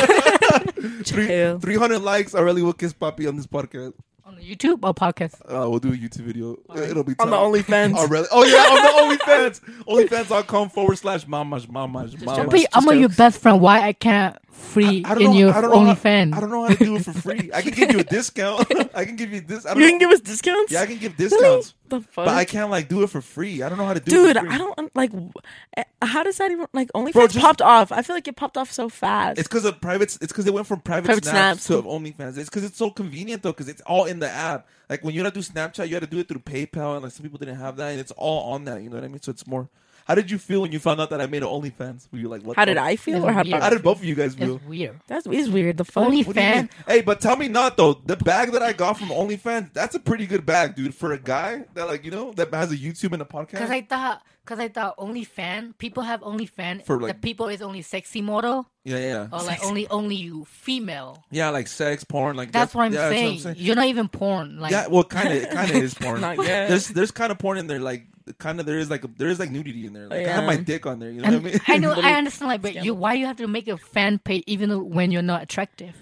Speaker 1: Three,
Speaker 2: Chill.
Speaker 1: 300 likes. I really will kiss Papi on this podcast.
Speaker 3: On the YouTube or podcast?
Speaker 1: Uh, we'll do a YouTube video. It'll be
Speaker 2: On the
Speaker 1: tough.
Speaker 2: OnlyFans.
Speaker 1: Oh, really? Oh, yeah, on the OnlyFans. OnlyFans.com forward slash mamas, mamas,
Speaker 3: But
Speaker 1: mamas.
Speaker 3: I'm
Speaker 2: jokes.
Speaker 3: your best friend. Why I can't free
Speaker 1: I don't
Speaker 3: in
Speaker 1: know,
Speaker 3: your
Speaker 1: I don't know how-
Speaker 3: OnlyFans?
Speaker 1: I don't know how to do it for free. I can give you a discount. I can give you this. I don't
Speaker 2: You can
Speaker 1: know.
Speaker 2: give us discounts.
Speaker 1: Yeah, I can give
Speaker 2: really?
Speaker 1: discounts.
Speaker 2: The fuck,
Speaker 1: But I can't, like, do it for free. I don't know how to do it.
Speaker 2: dude.
Speaker 1: for free.
Speaker 2: I don't un- like. w- eh, How does that even like? OnlyFans
Speaker 1: Bro, just-
Speaker 2: popped off. I feel like it popped off so fast.
Speaker 1: It's because of private. It's because they went from private,
Speaker 2: Private
Speaker 1: snaps,
Speaker 2: snaps.
Speaker 1: to OnlyFans. It's because it's so convenient though, because it's all in the app. Like when you had to do Snapchat, you had to do it through PayPal, and like some people didn't have that, and it's all on that. You know what I mean? So it's more. How did you feel when you found out that I made an OnlyFans? Were you like, what?
Speaker 2: how did
Speaker 1: the-
Speaker 2: I feel, or how
Speaker 3: Yeah.
Speaker 1: How
Speaker 2: Bobby?
Speaker 1: did both of you guys feel?
Speaker 3: It's weird.
Speaker 2: That is weird. The fuck.
Speaker 3: Only
Speaker 1: What do you mean?
Speaker 3: fan.
Speaker 1: Hey, but tell me not though. The bag that I got from OnlyFans, that's a pretty good bag, dude, for a guy that like you know that has a YouTube and a podcast.
Speaker 3: Cause I thought, cause I thought only fan people have only fan.
Speaker 1: For,
Speaker 3: the
Speaker 1: like-
Speaker 3: people is only sexy model
Speaker 1: yeah, yeah,
Speaker 3: or like
Speaker 2: Sexy.
Speaker 3: only only you female.
Speaker 1: yeah, like sex, porn, like
Speaker 3: That's what I'm,
Speaker 1: yeah, that's
Speaker 3: saying. You're not even porn. Like
Speaker 1: yeah, well, kind of, kind of is porn.
Speaker 2: Not yet.
Speaker 1: There's there's kind of porn in there, like kind of there is like there is like nudity in there. Like, I have
Speaker 2: Yeah.
Speaker 1: my dick on there. You know
Speaker 3: and
Speaker 1: what I
Speaker 3: I
Speaker 1: mean?
Speaker 3: know I understand. Like, but you why you have to make a fan page even though when you're not attractive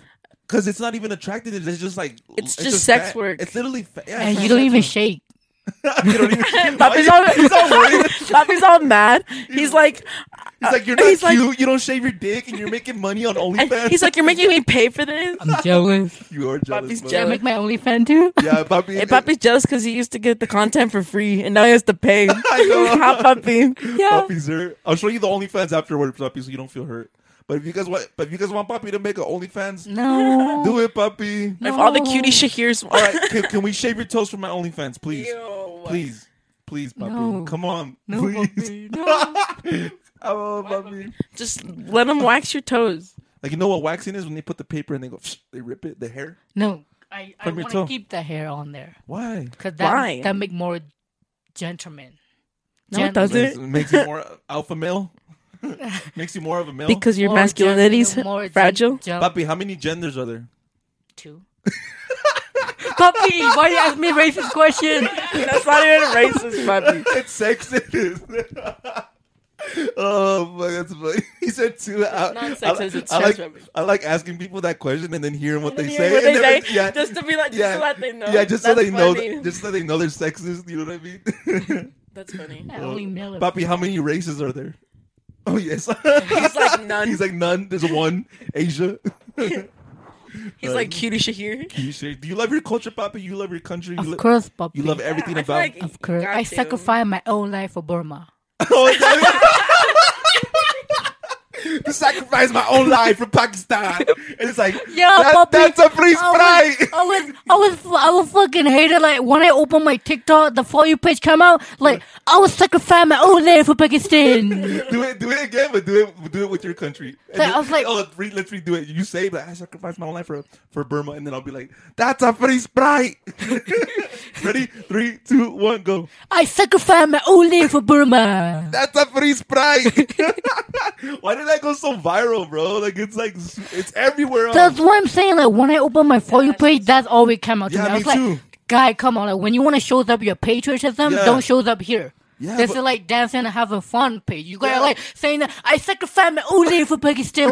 Speaker 1: Because it's not even attractive. It's just like
Speaker 2: It's just sex
Speaker 1: fat.
Speaker 2: work.
Speaker 1: It's literally fa- yeah,
Speaker 3: and
Speaker 1: it's
Speaker 3: you
Speaker 1: just
Speaker 3: don't even
Speaker 1: sex
Speaker 3: shake.
Speaker 1: work. you don't even.
Speaker 2: Papi's
Speaker 1: Why-
Speaker 2: all,
Speaker 1: he's all worried.
Speaker 2: Papi's all mad. He's like, uh,
Speaker 1: He's like, you're not
Speaker 2: He's like-
Speaker 1: cute. you don't shave your dick, and you're making money on
Speaker 2: and
Speaker 1: OnlyFans.
Speaker 2: he's like, you're making me pay for this.
Speaker 3: I'm jealous.
Speaker 1: you are jealous.
Speaker 2: Papi's
Speaker 1: bro.
Speaker 3: Can I
Speaker 2: jealous.
Speaker 3: make my only fan too?
Speaker 1: Yeah, Papi.
Speaker 2: And Papi's jealous because he used to get the content for free, and now he has to pay.
Speaker 1: know.
Speaker 2: How Papi? Yeah.
Speaker 1: Papi's hurt. I'll show you the OnlyFans afterward, Papi, so you don't feel hurt. But if you guys want, but if you guys want Papi to make an OnlyFans,
Speaker 3: No.
Speaker 1: do it, Papi.
Speaker 2: If all the cutie Shahirs,
Speaker 1: All right, can, can we shave your toes for my OnlyFans, please? Please, please, puppy,
Speaker 3: No.
Speaker 1: come on,
Speaker 3: No,
Speaker 1: please.
Speaker 3: puppy, no.
Speaker 1: Oh, puppy.
Speaker 2: just let them wax your toes.
Speaker 3: Oh,
Speaker 1: Like you know what waxing is when they put the paper and they go, they rip it, the hair.
Speaker 3: No, I, I
Speaker 1: From your
Speaker 3: want
Speaker 1: toe.
Speaker 3: to keep the hair on there
Speaker 1: Why?
Speaker 3: because that
Speaker 2: Why?
Speaker 3: that make more gentleman.
Speaker 2: No, it doesn't.
Speaker 1: Makes, makes you more alpha male. makes you more of a male.
Speaker 2: Because your
Speaker 3: More
Speaker 2: masculinity's
Speaker 3: gen- more gen-
Speaker 2: fragile.
Speaker 3: gen-
Speaker 1: puppy, how many genders are there?
Speaker 3: two. Puppy, why you ask me racist question?
Speaker 2: That's not even racist, Papi.
Speaker 1: it's sexist. oh my, that's funny. He said two. I,
Speaker 2: not
Speaker 1: I-
Speaker 2: sexist, it's
Speaker 1: I like,
Speaker 2: sexist.
Speaker 1: I like asking people that question and then hearing what they
Speaker 2: Hearing
Speaker 1: say.
Speaker 2: what
Speaker 1: and
Speaker 2: they
Speaker 1: then-
Speaker 2: say,
Speaker 1: yeah.
Speaker 2: Just to be like, just
Speaker 1: yeah,
Speaker 2: to let them know.
Speaker 1: yeah, just so
Speaker 2: That's
Speaker 1: they know,
Speaker 2: funny.
Speaker 1: that, just so they know they're sexist. You know what I mean?
Speaker 2: That's funny.
Speaker 3: I only male.
Speaker 1: Papi, how many races are there? Oh yes,
Speaker 2: He's like none.
Speaker 1: he's like none. There's one Asia.
Speaker 2: He's like cutie Shahir.
Speaker 1: You say, do you love your culture, Papi? You love your country. You,
Speaker 3: Of
Speaker 1: lo-
Speaker 3: course, puppy.
Speaker 1: you love everything
Speaker 2: I feel
Speaker 1: about.
Speaker 2: like-
Speaker 3: Of course,
Speaker 2: Got
Speaker 3: I
Speaker 2: to.
Speaker 3: sacrificed my own life for Burma.
Speaker 1: Oh, yeah. to sacrifice my own life for Pakistan. And it's like,
Speaker 3: Yeah,
Speaker 1: that,
Speaker 3: Papi.
Speaker 1: that's a free
Speaker 2: Oh
Speaker 1: sprite.
Speaker 3: I was, I was, I was fucking hated. Like when I opened my TikTok, the for you page come out. Like I was sacrificing my own life for Pakistan.
Speaker 1: do it, do it again, but do it, do it with your country. And
Speaker 3: Like,
Speaker 1: then-
Speaker 3: I was like-
Speaker 1: oh, let's re, let's redo it. You say that I sacrificed my own life for for Burma, and then I'll be like, that's a free sprite. Ready? Three, two, one, go.
Speaker 3: I sacrificed my own life for Burma.
Speaker 1: That's a free sprite. Why did that go so viral, bro? Like it's like it's everywhere. um, Else.
Speaker 3: That's what I'm saying. Like when I open my for you page, that's all it came out. to
Speaker 1: Yeah,
Speaker 3: me. I
Speaker 1: me
Speaker 3: was like,
Speaker 1: too.
Speaker 3: guy, come on. Like when you want to show up your patriotism,
Speaker 1: Yeah.
Speaker 3: don't show up here.
Speaker 1: Yeah,
Speaker 3: this
Speaker 1: but-
Speaker 3: is like dancing and having fun page. You gotta like saying that I sacrificed my own life for Pakistan.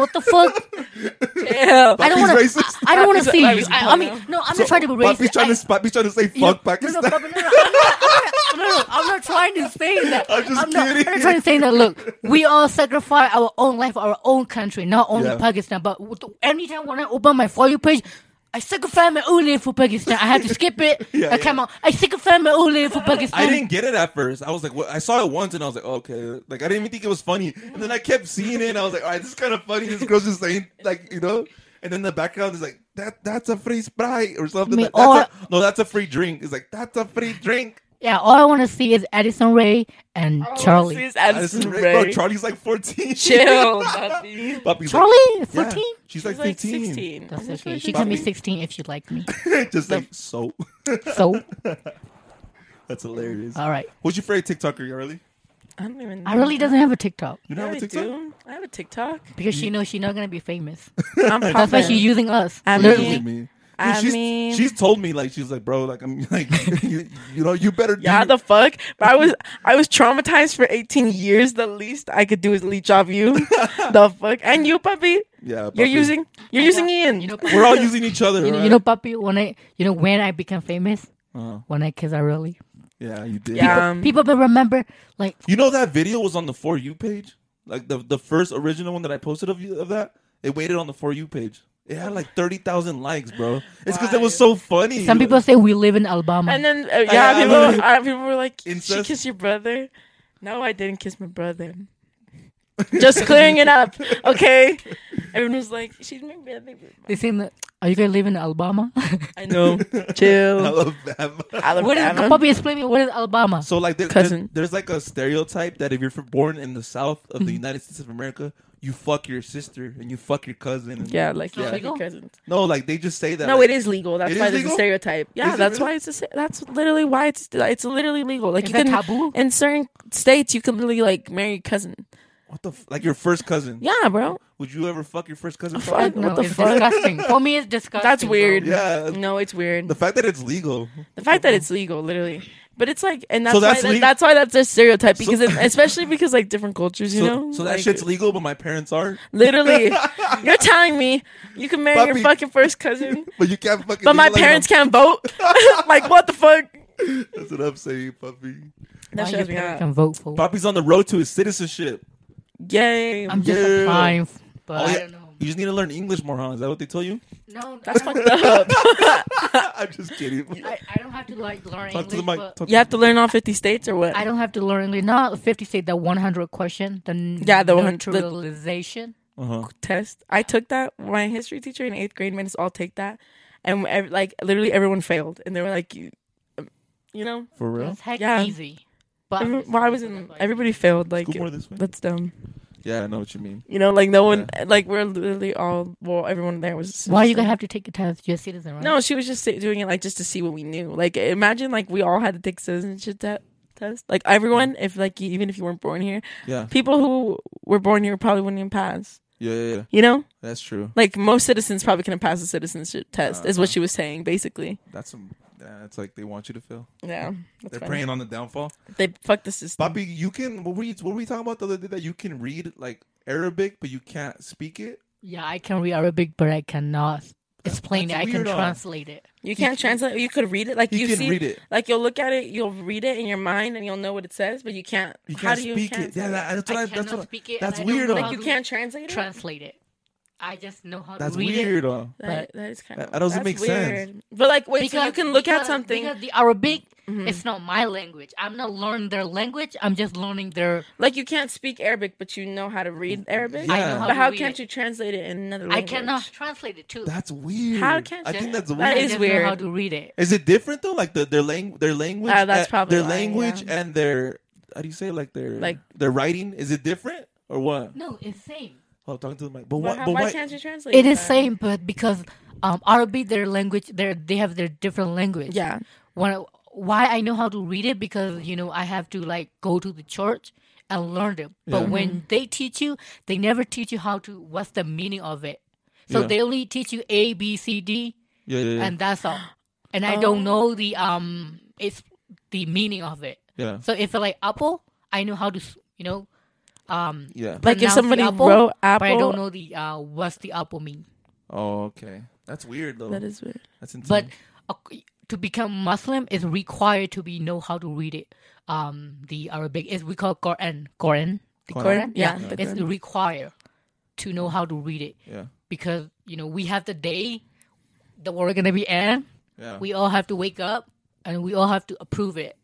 Speaker 3: What the fuck?
Speaker 2: Ew.
Speaker 3: I don't want
Speaker 1: He's
Speaker 3: to.
Speaker 1: racist.
Speaker 3: I don't want
Speaker 2: He's
Speaker 3: to
Speaker 2: a-
Speaker 3: see you.
Speaker 2: he's a
Speaker 3: I, I
Speaker 2: porno.
Speaker 3: mean, no, I'm not trying to be racist.
Speaker 1: Papi's trying to Papi's trying to say
Speaker 3: I-
Speaker 1: fuck
Speaker 3: no,
Speaker 1: Pakistan.
Speaker 3: no, Bobby, no, no, I'm not- I'm not- no, no, I'm not trying to say that.
Speaker 1: I'm just
Speaker 3: not-
Speaker 1: kidding.
Speaker 3: I'm not trying to say that. Look, we all sacrifice our own life, our own country, not only
Speaker 1: Yeah.
Speaker 3: Pakistan. But with- anytime when I open my follow page, I sacrifice my own life for Pakistan. I had to skip it.
Speaker 1: Yeah,
Speaker 3: I come out. I sacrifice my own life for
Speaker 1: I
Speaker 3: Pakistan.
Speaker 1: didn't get it at first. I was like, what? I saw it once and I was like, oh, okay. Like, I didn't even think it was funny. And then I kept seeing it and I was like, all right, this is kind of funny. This girl's just saying, like, you know? And then the background is like, that that's a free Sprite or something.
Speaker 3: Me-
Speaker 1: like, that's a,
Speaker 3: or-
Speaker 1: no, that's a free drink. It's like, that's a free drink.
Speaker 3: Yeah, all I want to see is Addison Ray and Charlie.
Speaker 2: She's Addison
Speaker 1: Addison Rae- oh,
Speaker 2: Rae.
Speaker 1: Bro, Charlie's like 14.
Speaker 2: Chill, Bobby.
Speaker 1: Puppy's
Speaker 3: Charlie,
Speaker 1: yeah,
Speaker 3: fourteen.
Speaker 1: she's
Speaker 2: She's
Speaker 1: like
Speaker 2: like
Speaker 1: 15.
Speaker 2: 16.
Speaker 3: That's
Speaker 2: Isn't
Speaker 3: okay.
Speaker 2: like
Speaker 3: She can be
Speaker 2: 16?
Speaker 3: sixteen if she liked me.
Speaker 1: just like, so.
Speaker 3: So,
Speaker 1: that's hilarious.
Speaker 3: all right.
Speaker 1: What's your favorite TikToker, Yarly?
Speaker 2: I don't even know.
Speaker 3: I really doesn't have a TikTok
Speaker 1: You
Speaker 2: I
Speaker 1: know how
Speaker 2: really
Speaker 1: TikTok?
Speaker 2: do. I have a TikTok.
Speaker 3: because she knows she's not gonna be famous.
Speaker 2: I'm
Speaker 3: That's why
Speaker 2: popping.
Speaker 3: she's using us.
Speaker 2: I mean-
Speaker 3: literally.
Speaker 1: Look at me.
Speaker 2: I
Speaker 1: she's,
Speaker 2: mean-
Speaker 1: she's told me like she's like, bro, like I'm like, you, you know, you better. do
Speaker 2: Yeah,
Speaker 1: your-
Speaker 2: the fuck. But I was I was traumatized for 18 years. The least I could do is leech off you. the fuck. And you, puppy.
Speaker 1: yeah.
Speaker 2: You're
Speaker 1: puppy.
Speaker 2: using you're using Ian.
Speaker 3: You know,
Speaker 1: We're all using each other.
Speaker 3: you know,
Speaker 1: right?
Speaker 3: you know, puppy. When I, you know, when I become famous,
Speaker 1: Uh-huh.
Speaker 3: when I kiss, I really.
Speaker 1: Yeah, you did.
Speaker 2: Yeah. Um,
Speaker 3: People will remember, like,
Speaker 1: You know that video was on the for you page, like the the first original one that I posted of you of that. It waited on the for you page. It had like thirty thousand likes, bro. It's because it was so funny.
Speaker 3: some people say we live in Alabama.
Speaker 2: and then uh,
Speaker 1: Yeah,
Speaker 2: yeah,
Speaker 1: I mean-
Speaker 2: people uh, people were like, "She
Speaker 1: Incest.
Speaker 2: kissed your brother." No, I didn't kiss my brother. Just clearing it up, okay? Everyone was like, "She's my brother."
Speaker 3: they say, that, "Are you guys living in Alabama?"
Speaker 2: I know.
Speaker 1: I
Speaker 2: Chill.
Speaker 1: love that.
Speaker 3: what is
Speaker 2: Alabama.
Speaker 3: puppy? Explain me what is Alabama?
Speaker 1: So like there,
Speaker 2: Cousin.
Speaker 1: there- there's like a stereotype that if you're from- born in the South of
Speaker 3: Mm-hmm.
Speaker 1: the United States of America, you fuck your sister and you fuck your cousin. And,
Speaker 2: Yeah, like
Speaker 3: Yeah.
Speaker 2: yeah.
Speaker 3: Legal?
Speaker 2: cousins.
Speaker 1: No, like they just say that.
Speaker 2: No,
Speaker 1: like,
Speaker 2: it is legal. That's
Speaker 1: It
Speaker 2: why
Speaker 1: is
Speaker 2: there's
Speaker 1: legal?
Speaker 2: a stereotype. Yeah,
Speaker 1: Is it
Speaker 2: that's
Speaker 1: really?
Speaker 2: why it's a, se- that's literally why it's it's literally legal. Like
Speaker 3: Is
Speaker 2: you
Speaker 3: that
Speaker 2: can
Speaker 3: taboo?
Speaker 2: in certain states you can literally like marry your cousin.
Speaker 1: What the f- like your first cousin?
Speaker 2: Yeah, bro.
Speaker 1: Would you ever fuck your first cousin?
Speaker 2: Fuck.
Speaker 1: Probably.
Speaker 3: no,
Speaker 2: what the
Speaker 3: it's
Speaker 2: fuck?
Speaker 3: disgusting. For me, it's disgusting.
Speaker 2: That's
Speaker 3: bro.
Speaker 2: weird.
Speaker 1: Yeah.
Speaker 2: No, it's weird.
Speaker 1: The fact that it's legal.
Speaker 2: The fact that it's legal, literally. But it's like, and that's
Speaker 1: So that's
Speaker 2: why
Speaker 1: le-
Speaker 2: that, that's why that's a stereotype
Speaker 1: So-
Speaker 2: because, it, especially because like different cultures, you
Speaker 1: So,
Speaker 2: know.
Speaker 1: so that
Speaker 2: Like,
Speaker 1: shit's legal, but my parents are.
Speaker 2: literally. you're telling me you can marry
Speaker 1: Puppy.
Speaker 2: your fucking first cousin,
Speaker 1: But you can't fucking.
Speaker 2: but my
Speaker 1: legalize
Speaker 2: parents
Speaker 1: them.
Speaker 2: can't vote. like what the fuck?
Speaker 1: That's what I'm saying, puppy.
Speaker 3: Now
Speaker 2: That
Speaker 3: your
Speaker 2: shit me
Speaker 3: parents
Speaker 2: out.
Speaker 3: can vote for.
Speaker 1: Poppy's on the road to his citizenship.
Speaker 2: Yay!
Speaker 3: I'm just
Speaker 1: Yeah.
Speaker 3: applying, f- but
Speaker 1: All
Speaker 3: I
Speaker 1: you-
Speaker 3: don't know.
Speaker 1: You just need to learn English more, huh? Is that what they tell you?
Speaker 3: No,
Speaker 2: That's fucked up.
Speaker 1: I'm just kidding.
Speaker 3: I, I don't have to like learn
Speaker 1: Talk to the
Speaker 3: English,
Speaker 1: mic.
Speaker 3: but
Speaker 1: Talk
Speaker 2: You have to learn all 50 states or what?
Speaker 3: I don't have to learn English. Not fifty state the one hundred question. The
Speaker 2: Yeah, the one- the-
Speaker 3: neutralization.
Speaker 1: uh-huh.
Speaker 2: test. I took that. My history teacher in eighth grade made us all take that, and ev- like literally everyone failed, and they were like, you, um, you know,
Speaker 1: For real?
Speaker 3: That's heck
Speaker 2: Yeah.
Speaker 3: easy. But
Speaker 2: every, well, I was in. Everybody failed. Like
Speaker 1: Go more this way.
Speaker 2: that's dumb.
Speaker 1: Yeah, I know what you mean.
Speaker 2: You know, like no one, like we're literally all. Well, everyone there was.
Speaker 3: Why you gonna have to take a test? You're a citizen, right?
Speaker 2: No, she was just si- doing it like just to see what we knew. Like imagine like we all had to take citizenship te- test. Like everyone, if like you, even if you weren't born here,
Speaker 1: Yeah,
Speaker 2: people who were born here probably wouldn't even pass.
Speaker 1: yeah, yeah. yeah.
Speaker 2: You know,
Speaker 1: That's true.
Speaker 2: like most citizens probably couldn't pass the citizenship test. Is what she was saying basically.
Speaker 1: That's some. Yeah, it's like they want you to fail.
Speaker 2: Yeah, that's
Speaker 1: They're
Speaker 2: funny.
Speaker 1: preying on the downfall.
Speaker 2: They fucked the system.
Speaker 1: Bobby, you can. What were you? What were we talking about the other day? That you can read like Arabic, but you can't speak it.
Speaker 3: Yeah, I can read Arabic, but I cannot explain
Speaker 1: that's
Speaker 3: it. I can
Speaker 1: weird, huh?
Speaker 3: translate it.
Speaker 2: You can't translate. You could read it. Like
Speaker 1: He
Speaker 2: you
Speaker 1: can
Speaker 2: see,
Speaker 1: read it.
Speaker 2: Like you'll look at it. You'll read it in your mind, and you'll know what it says. But you can't.
Speaker 1: You
Speaker 2: how
Speaker 1: can't
Speaker 2: do you
Speaker 1: speak
Speaker 2: can't
Speaker 1: it. Yeah, that, that's what I.
Speaker 3: I
Speaker 1: that's
Speaker 3: cannot
Speaker 1: what.
Speaker 3: speak it.
Speaker 1: that's
Speaker 3: and I don't
Speaker 1: weird,
Speaker 3: know
Speaker 1: huh?
Speaker 3: how
Speaker 2: like you
Speaker 3: to
Speaker 2: can't translate it.
Speaker 3: translate it. I just know how
Speaker 1: That's
Speaker 3: to read
Speaker 1: weird.
Speaker 3: it.
Speaker 1: Uh,
Speaker 2: that, that is kind
Speaker 1: That-
Speaker 2: of
Speaker 1: that doesn't
Speaker 2: that's
Speaker 1: make sense.
Speaker 2: weird. But like, wait, so you can look
Speaker 3: because-
Speaker 2: at something Mm-hmm.
Speaker 3: because the Arabic. It's not my language. I'm not learning their language. I'm just learning their.
Speaker 2: like you can't speak Arabic, but you know how to read
Speaker 1: Mm,
Speaker 2: Arabic.
Speaker 1: I know how
Speaker 2: but
Speaker 3: to
Speaker 2: how
Speaker 3: read
Speaker 2: can't
Speaker 3: it.
Speaker 2: you translate it in another
Speaker 3: I
Speaker 2: language?
Speaker 3: cannot translate it too.
Speaker 1: that's weird.
Speaker 2: How can-
Speaker 1: I think that's weird.
Speaker 2: That
Speaker 3: I
Speaker 2: is
Speaker 3: just
Speaker 2: weird.
Speaker 3: Know how to read it?
Speaker 1: Is it different though? Like the, their lang their language.
Speaker 2: Ah, that's
Speaker 1: and-
Speaker 2: probably
Speaker 1: their
Speaker 2: why,
Speaker 1: language
Speaker 2: yeah.
Speaker 1: and their how do you say like their like
Speaker 2: Like-
Speaker 1: their writing. Is it different or what?
Speaker 3: No, it's same. Uh,
Speaker 1: Oh, talking to the mic. But
Speaker 2: But
Speaker 1: what?
Speaker 2: how-
Speaker 1: But
Speaker 2: why
Speaker 1: why?
Speaker 2: can't you translate?
Speaker 3: It is
Speaker 2: that?
Speaker 3: same, but because um, Arabic, their language, their they have their different language.
Speaker 2: Yeah.
Speaker 3: When I- why I know how to read it because you know I have to like go to the church and learn it. But
Speaker 1: Yeah.
Speaker 3: when they teach you, they never teach you how to what's the meaning of it. So
Speaker 1: Yeah.
Speaker 3: they only teach you A, B, C, D,
Speaker 1: Yeah, yeah, yeah.
Speaker 3: Oh. and that's all. And I don't know the um, it's the meaning of it.
Speaker 1: Yeah.
Speaker 3: So if like apple, I know how to s- you know, um,
Speaker 1: Yeah.
Speaker 2: Like if
Speaker 3: pronounce the
Speaker 2: somebody
Speaker 3: apple,
Speaker 2: wrote
Speaker 3: but I don't
Speaker 2: apple,
Speaker 3: know the uh what's the apple mean.
Speaker 1: Oh, okay. That's weird though.
Speaker 2: that is weird.
Speaker 1: That's insane.
Speaker 2: Mm.
Speaker 3: But uh, to become Muslim is required to be know how to read it. Um, the Arabic is we call Quran, Quran, the
Speaker 1: Quran.
Speaker 3: Quran.
Speaker 2: Yeah, the
Speaker 3: it's
Speaker 2: Quran.
Speaker 3: required to know how to read it
Speaker 1: yeah.
Speaker 3: because you know we have the day that we're gonna be in.
Speaker 1: Yeah.
Speaker 3: we all have to wake up and we all have to approve it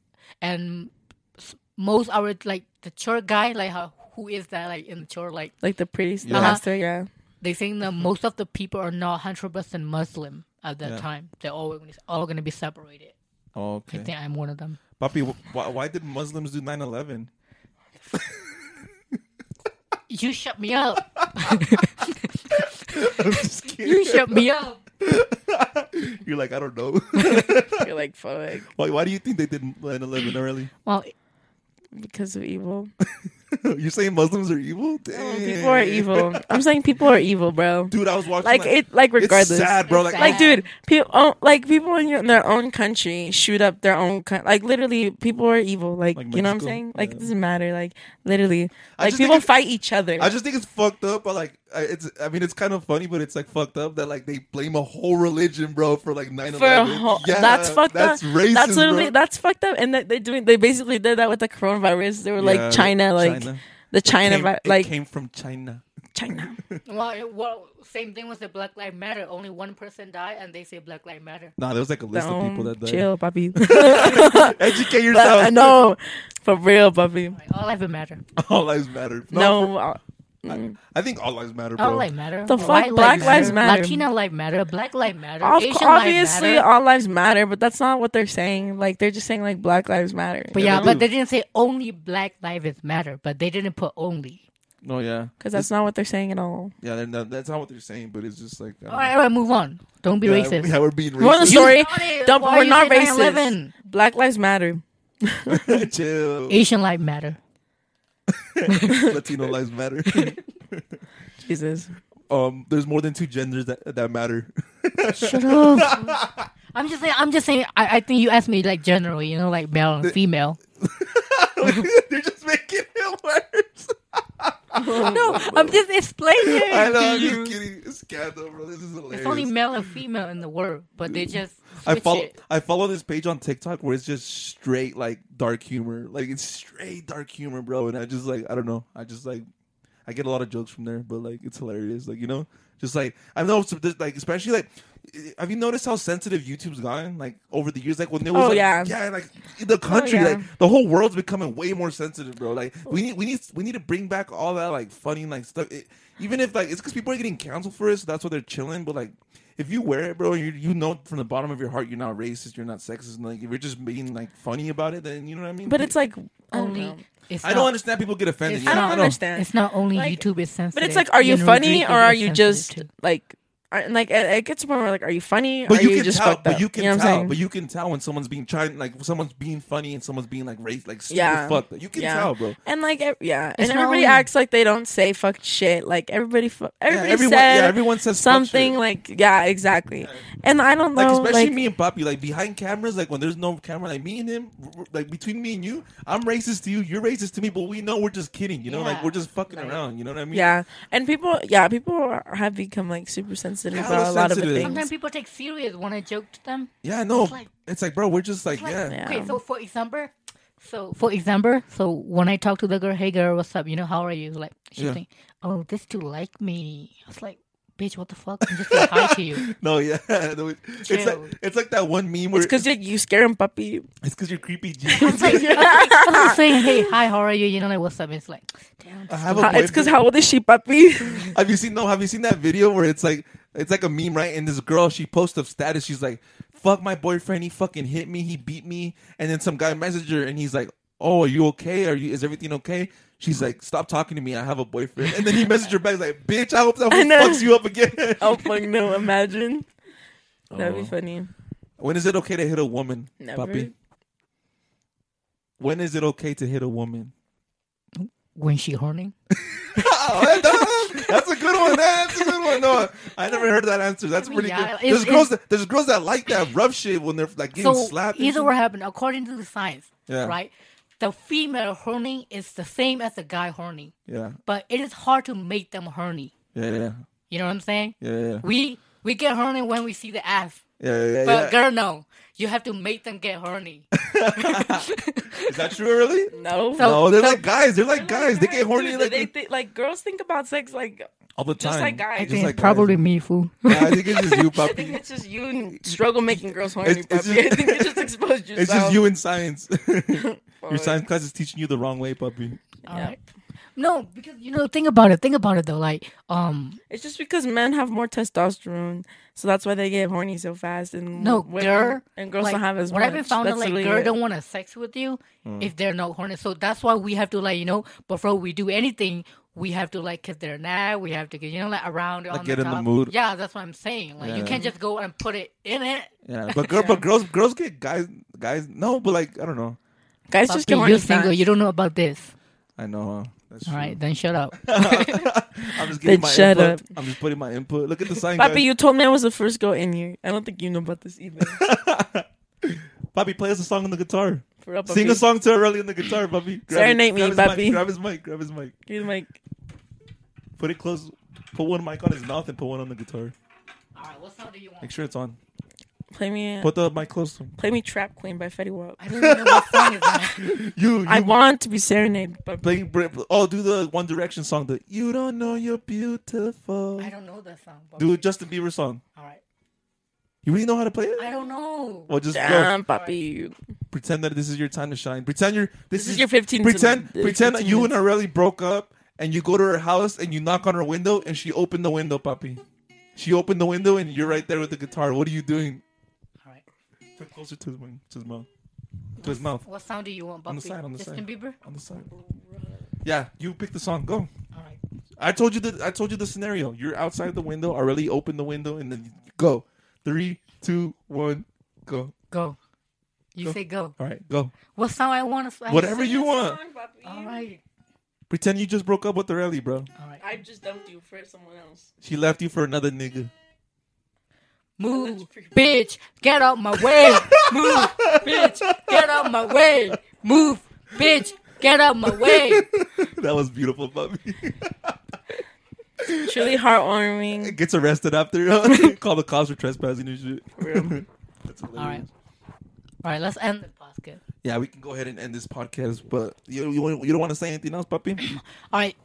Speaker 3: and s- most our like the church guy like how, who is that like in the church like
Speaker 2: Like the priest,
Speaker 1: Yeah.
Speaker 2: the pastor, yeah.
Speaker 3: they think that most of the people are not 100% muslim at that
Speaker 1: Yeah.
Speaker 3: time they're all, all gonna be separated
Speaker 1: oh,
Speaker 3: i
Speaker 1: okay.
Speaker 3: think i'm one of them
Speaker 1: Papi, wh- why, why did Muslims do 9/11?
Speaker 3: you shut me up
Speaker 1: I'm just kidding.
Speaker 3: you shut me up
Speaker 1: You're like, I don't know.
Speaker 2: You're like, fuck,
Speaker 1: why, why do you think they did 9/11 early?
Speaker 3: well
Speaker 2: because of evil.
Speaker 1: You're saying Muslims are evil?
Speaker 2: Oh,
Speaker 1: Damn.
Speaker 2: people are evil. I'm saying people are evil, bro.
Speaker 1: Dude, I was watching
Speaker 2: Like
Speaker 1: that-
Speaker 2: it, like regardless.
Speaker 1: It's sad, bro.
Speaker 3: It's
Speaker 1: Like,
Speaker 3: sad.
Speaker 2: Like, dude, people, oh, like people in, your, in their own country shoot up their own. coun- like, literally, people are evil. Like,
Speaker 1: Like
Speaker 2: you know what I'm
Speaker 1: Mexico,
Speaker 2: saying? Like,
Speaker 1: yeah.
Speaker 2: it doesn't matter. Like, literally,
Speaker 1: I
Speaker 2: like
Speaker 1: just think
Speaker 2: people
Speaker 1: it's-
Speaker 2: fight each other.
Speaker 1: I just think it's fucked up. But like, I- it's I mean, it's kind of funny, but it's like fucked up that like they blame a whole religion, bro, for like 9
Speaker 2: for a whole, that's fucked
Speaker 1: that's
Speaker 2: up.
Speaker 1: Racist,
Speaker 2: that's literally
Speaker 1: bro.
Speaker 2: that's fucked up. And that they doing they basically did that with the coronavirus. They were
Speaker 1: Yeah,
Speaker 2: like China, like
Speaker 1: China.
Speaker 2: the China,
Speaker 1: Came-
Speaker 2: vi-
Speaker 1: it
Speaker 2: like
Speaker 1: came from China.
Speaker 2: China.
Speaker 3: well, it- well same thing with the black lives matter only one person died and they say black lives matter
Speaker 1: Nah, there was like a list of people that
Speaker 2: Don't
Speaker 1: died.
Speaker 2: chill, uh, puppy.
Speaker 1: Educate yourself.
Speaker 2: I know, for real, puppy.
Speaker 3: like, all lives matter
Speaker 1: All lives matter.
Speaker 2: No, uh,
Speaker 1: I think all lives matter, bro.
Speaker 3: all lives matter
Speaker 2: The
Speaker 3: White
Speaker 2: fuck? Black lives matter.
Speaker 3: latina lives matter black lives matter
Speaker 2: Of-
Speaker 3: Asian lives
Speaker 2: obviously, uh,
Speaker 3: matter.
Speaker 2: all lives matter, but that's not what they're saying. Like they're just saying like Black Lives Matter.
Speaker 3: But
Speaker 1: Yeah,
Speaker 3: yeah,
Speaker 1: they do.
Speaker 3: but they didn't say only black lives matter, but they didn't put only.
Speaker 1: no, Oh, yeah,
Speaker 2: because that's not what they're saying at all.
Speaker 1: yeah. they're not- that's not what they're saying, but it's just like I don't
Speaker 3: All
Speaker 1: know.
Speaker 3: right, all right, move on. Don't be
Speaker 1: yeah,
Speaker 3: racist.
Speaker 1: yeah, we're being
Speaker 2: More of the
Speaker 1: racist.
Speaker 2: story.
Speaker 3: started.
Speaker 2: Don't,
Speaker 3: Why
Speaker 2: we're
Speaker 3: you
Speaker 2: not
Speaker 3: say
Speaker 2: racist.
Speaker 3: 9/11?
Speaker 2: Black Lives Matter.
Speaker 1: chill.
Speaker 3: Asian lives matter.
Speaker 1: Latino lives matter.
Speaker 2: Jesus.
Speaker 1: um, there's more than two genders that that matter.
Speaker 3: Shut up. I'm just saying. I'm just saying. I, I think you asked me like general, you know, like male and female.
Speaker 1: They're just making it worse.
Speaker 3: No, I'm just explaining.
Speaker 1: I know.
Speaker 3: to
Speaker 1: I'm
Speaker 3: you.
Speaker 1: just kidding. It's scandal, bro. This is hilarious.
Speaker 3: It's only male and female in the world, but they just
Speaker 1: I
Speaker 3: switch
Speaker 1: follow
Speaker 3: it.
Speaker 1: I follow this page on TikTok where it's just straight like dark humor. Like it's straight dark humor, bro. And I just like I don't know. I just like I get a lot of jokes from there, but like it's hilarious. Like you know, just like I know, so there's, like especially like. eh, Have you noticed how sensitive YouTube's gotten? Like over the years, like when there was
Speaker 2: Oh,
Speaker 1: like,
Speaker 2: yeah. Oh,
Speaker 1: like in the country,
Speaker 2: yeah.
Speaker 1: like the whole world's becoming way more sensitive, bro. Like we need, we need, we need to bring back all that like funny like stuff. It, even if like it's because people are getting canceled for it, so that's why they're chilling. But like if you wear it, bro, you you know from the bottom of your heart you're not racist, you're not sexist. And, like if you're just being like funny about it, then you know what I mean.
Speaker 2: But it's like I don't know.
Speaker 3: only. It's
Speaker 1: I
Speaker 3: not-
Speaker 1: don't understand people get offended.
Speaker 3: It's
Speaker 1: you know?
Speaker 2: I
Speaker 3: I
Speaker 2: don't
Speaker 3: don't-
Speaker 2: understand.
Speaker 3: It's not only
Speaker 2: Like-
Speaker 3: YouTube is sensitive,
Speaker 2: But it's like, are you
Speaker 3: General
Speaker 2: funny
Speaker 3: Greek
Speaker 2: or
Speaker 3: is
Speaker 2: are you
Speaker 3: sensitive
Speaker 2: just
Speaker 3: too.
Speaker 2: like, are- and like it, it gets to a point where like, are you funny?
Speaker 1: But
Speaker 2: are
Speaker 1: you, can
Speaker 2: just
Speaker 1: tell.
Speaker 2: fucked
Speaker 1: But
Speaker 2: up?
Speaker 1: you can
Speaker 2: know what I'm
Speaker 1: tell.
Speaker 2: saying?
Speaker 1: But you can tell when someone's being trying, like someone's being funny and someone's being like race, like super
Speaker 2: Yeah.
Speaker 1: fucked. up. You can
Speaker 2: Yeah.
Speaker 1: tell, bro.
Speaker 2: and like ev- yeah, and
Speaker 3: It's not
Speaker 2: everybody
Speaker 3: only-
Speaker 2: acts like they don't say fuck shit. Like everybody, fu- everybody
Speaker 1: everyone-
Speaker 2: said
Speaker 1: yeah, everyone says fuck
Speaker 2: something.
Speaker 1: shit.
Speaker 2: Like yeah, exactly. And I don't
Speaker 1: Like
Speaker 2: know,
Speaker 1: especially
Speaker 2: like,
Speaker 1: me and Poppy, like behind cameras, like when there's no camera, like me and him, r- r- like between me and you, I'm racist to you, you're racist to me, but we know we're just kidding, you know, like
Speaker 3: Yeah.
Speaker 1: we're just fucking
Speaker 3: Like-
Speaker 1: around, you know what I mean?
Speaker 2: yeah, and people, yeah, people are, have become like super sensitive
Speaker 1: Hella
Speaker 2: about a lot of the
Speaker 1: sensitive.
Speaker 2: things.
Speaker 3: Sometimes people take serious when I joke to them.
Speaker 1: yeah, no, it's
Speaker 3: It's
Speaker 1: like,
Speaker 3: like-
Speaker 1: bro, we're just like,
Speaker 3: Like,
Speaker 1: yeah,
Speaker 2: yeah.
Speaker 3: Okay, so for example, so for example, so when I talk to the girl, hey girl, what's up? You know, how are you? Like she's
Speaker 1: Yeah.
Speaker 3: like, oh, this dude like me. I was like, bitch, what the fuck? I'm just saying hi to you.
Speaker 1: no, yeah, no, it- it's like
Speaker 3: Chill.
Speaker 1: it's like that one meme where
Speaker 2: It's because like, you scare him, puppy.
Speaker 1: it's because you're creepy. G.
Speaker 3: I'm just saying, hey, hi, how are you? You know, like what's up? It's like, damn.
Speaker 1: I have a
Speaker 2: How- It's
Speaker 1: boyfriend.
Speaker 2: because how old is she, puppy?
Speaker 1: Have you seen no? Have you seen that video where it's like it's like a meme, right? And this girl she posts a status. She's like, "Fuck my boyfriend. He fucking hit me. He beat me." And then some guy messaged her, and he's like, "Oh, are you okay? Are you? Is everything okay?" She's like, "Stop talking to me. I have a boyfriend." And then he messaged her back he's like, "Bitch, I hope that
Speaker 2: I
Speaker 1: one
Speaker 2: know.
Speaker 1: fucks you up again."
Speaker 2: oh fuck no! Imagine that'd
Speaker 1: Oh.
Speaker 2: be funny.
Speaker 1: When is it okay to hit a woman,
Speaker 2: Never.
Speaker 1: puppy? When is it okay to hit a woman?
Speaker 3: When she horny?
Speaker 1: Oh, that- that's a good one. That's a good one. No, I never heard that answer. That's pretty
Speaker 3: Yeah,
Speaker 1: good. There's
Speaker 3: it's-
Speaker 1: girls. That, there's girls that like that rough shit when they're like getting
Speaker 3: So
Speaker 1: slapped. and
Speaker 3: either
Speaker 1: shit.
Speaker 3: what happened, according to the science,
Speaker 1: Yeah.
Speaker 3: right? the female horny is the same as the guy horny,
Speaker 1: Yeah.
Speaker 3: but it is hard to make them horny.
Speaker 1: Yeah. Yeah.
Speaker 3: You know what I'm saying?
Speaker 1: Yeah. Yeah.
Speaker 3: We we get horny when we see the ass.
Speaker 1: Yeah. yeah, yeah,
Speaker 3: But
Speaker 1: yeah.
Speaker 3: girl, no. You have to make them get horny.
Speaker 1: Is that true? Really?
Speaker 2: No.
Speaker 3: So-
Speaker 1: No, they're
Speaker 3: so-
Speaker 1: like guys. They're like guys. They get horny
Speaker 2: Dude,
Speaker 1: like,
Speaker 2: they think- like girls think about sex like
Speaker 1: all the time.
Speaker 2: just like guys. I
Speaker 1: Just like guys.
Speaker 3: me, fool.
Speaker 1: Yeah, I think it's just you,
Speaker 2: I think
Speaker 1: puppy.
Speaker 2: it's just you and struggle making girls horny,
Speaker 1: It's- it's
Speaker 2: puppy.
Speaker 1: just-
Speaker 2: I think you just exposed yourself.
Speaker 1: It's just you and science. Your
Speaker 2: forward.
Speaker 1: science class is teaching you the wrong way, puppy.
Speaker 2: Yeah.
Speaker 3: Alright. No, because you know, think about it. Think about it though. Like, um,
Speaker 2: It's just because men have more testosterone, so that's why they get horny so fast. And
Speaker 3: no,
Speaker 2: women
Speaker 3: girl,
Speaker 2: and girls
Speaker 3: like,
Speaker 2: don't have as
Speaker 3: what
Speaker 2: much.
Speaker 3: I've been found out,
Speaker 2: that's
Speaker 3: like,
Speaker 2: really
Speaker 3: girl
Speaker 2: it.
Speaker 3: don't want to sex with you
Speaker 1: Mm.
Speaker 3: if they're not horny. So that's why we have to, like, you know, before we do anything, we have to like kiss their neck. We have to get, you know, like around. Like, on
Speaker 1: get in the
Speaker 3: top.
Speaker 1: mood.
Speaker 3: Yeah, that's what I'm saying. Like,
Speaker 1: Yeah.
Speaker 3: you can't just go and put it in it.
Speaker 1: Yeah, but girl, but girls, girls get guys, guys. No, but like I don't know.
Speaker 2: guys just get
Speaker 3: Puppy,
Speaker 2: horny
Speaker 3: you're single.
Speaker 2: fast.
Speaker 3: You don't know about this.
Speaker 1: I know. Huh? That's
Speaker 3: All
Speaker 1: true.
Speaker 3: right, then shut up.
Speaker 1: I'm just getting
Speaker 2: Then
Speaker 1: my
Speaker 2: shut
Speaker 1: input.
Speaker 2: up.
Speaker 1: I'm just putting my input. Look at the sign,
Speaker 2: Papi,
Speaker 1: guys.
Speaker 2: you told me I was the first girl in here. I don't think you know about this either.
Speaker 1: Bobby, play us a song on the guitar.
Speaker 2: For real,
Speaker 1: Sing a
Speaker 2: Papi.
Speaker 1: song to her early on the guitar, Bobby. Grab it-
Speaker 2: Serenade me,
Speaker 1: grab his mic,
Speaker 2: Papi.
Speaker 1: Grab his mic. Grab his mic.
Speaker 2: You're like,
Speaker 1: Put it close. Put one mic on his mouth and put one on the guitar.
Speaker 3: All right, what sound do you
Speaker 1: Make
Speaker 3: want?
Speaker 1: sure it's on.
Speaker 2: play me,
Speaker 1: Put the mic close. to him.
Speaker 2: play me, Trap Queen by Fetty Wap.
Speaker 3: I don't even know what song is that.
Speaker 1: You, you
Speaker 2: I want to be serenaded, but
Speaker 1: play. br- Oh, do the One Direction song. The You don't know you're beautiful.
Speaker 3: I don't know that song. But
Speaker 1: Do a Justin Bieber song.
Speaker 3: All right.
Speaker 1: You really know how to play it?
Speaker 3: I don't know.
Speaker 1: Well, just go.
Speaker 2: damn, Papi,
Speaker 1: pretend that this is your time to shine. Pretend you're. This,
Speaker 2: this is your 15.
Speaker 1: pretend
Speaker 2: minutes.
Speaker 1: pretend you and Areli broke up and you go to her house and you knock on her window and she opened the window, puppy. She opened the window and you're right there with the guitar. What are you doing?
Speaker 3: All right.
Speaker 1: Put it closer to his, wing- to his mouth. To his mouth.
Speaker 3: What sound do you want, Bumpy?
Speaker 1: On the side, on the
Speaker 3: Justin
Speaker 1: side.
Speaker 3: Bieber?
Speaker 1: On the side. Yeah, you pick the song. Go.
Speaker 3: All right.
Speaker 1: I told you the I told you the scenario. You're outside the window, Areli opened the window and then you go. Three, two, one, go.
Speaker 3: Go. You
Speaker 1: Go.
Speaker 3: say go.
Speaker 1: All right, go.
Speaker 3: What sound I want to
Speaker 1: Whatever you want.
Speaker 3: All right.
Speaker 1: Pretend you just broke up with Areli, bro.
Speaker 3: All right.
Speaker 2: I just dumped you for someone else.
Speaker 1: She left you for another nigga.
Speaker 3: Move, bitch. Get out my way. Move, bitch. Get out my way. Move, bitch. Get out my way.
Speaker 1: that was beautiful, puppy.
Speaker 2: Truly heartwarming.
Speaker 1: gets arrested after call the cops for trespassing and shit. That's hilarious.
Speaker 3: All right. All right. Let's end the podcast.
Speaker 1: Yeah, we can go ahead and end this podcast, but you you, want- you don't want to say anything else, puppy?
Speaker 3: All right.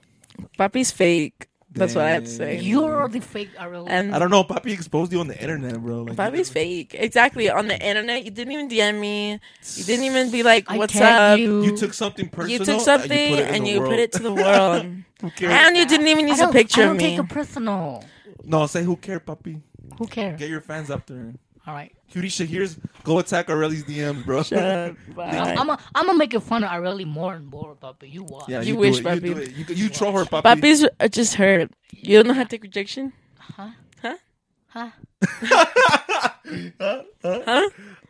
Speaker 2: Papi's fake. That's what I have to
Speaker 1: Dang.
Speaker 2: say.
Speaker 3: You're the fake Ariel.
Speaker 2: and
Speaker 1: I don't know. Puppy exposed you on the internet, bro. Like,
Speaker 2: Bobby's fake. Exactly. On the internet, you didn't even DM me. You didn't even be like,
Speaker 3: I
Speaker 2: "What's
Speaker 3: tag
Speaker 2: up?" You,
Speaker 3: You,
Speaker 1: You took something personal.
Speaker 2: took something
Speaker 1: and you put it, in
Speaker 2: and
Speaker 1: the
Speaker 2: you
Speaker 1: world.
Speaker 2: put it to the world.
Speaker 1: Who cares?
Speaker 2: and you didn't even
Speaker 3: I
Speaker 2: use a
Speaker 3: don't,
Speaker 2: picture
Speaker 3: I don't
Speaker 2: of
Speaker 3: take
Speaker 2: me.
Speaker 3: it personal.
Speaker 1: no, say who care, puppy.
Speaker 3: Who cares?
Speaker 1: Get your fans up there.
Speaker 3: All right.
Speaker 1: Cutie Shahir's go attack Aureli's DMs, bro.
Speaker 2: Shut up. Bye.
Speaker 3: I'm gonna I'm make fun of Ariel more and more, Bumpy. You watch.
Speaker 1: Yeah,
Speaker 2: You
Speaker 1: you, do
Speaker 2: wish,
Speaker 1: it,
Speaker 2: puppy.
Speaker 1: You, do it. you, you troll her, puppy.
Speaker 2: Papi's uh, just hurt. You don't know how to take rejection,
Speaker 3: Huh?
Speaker 2: huh?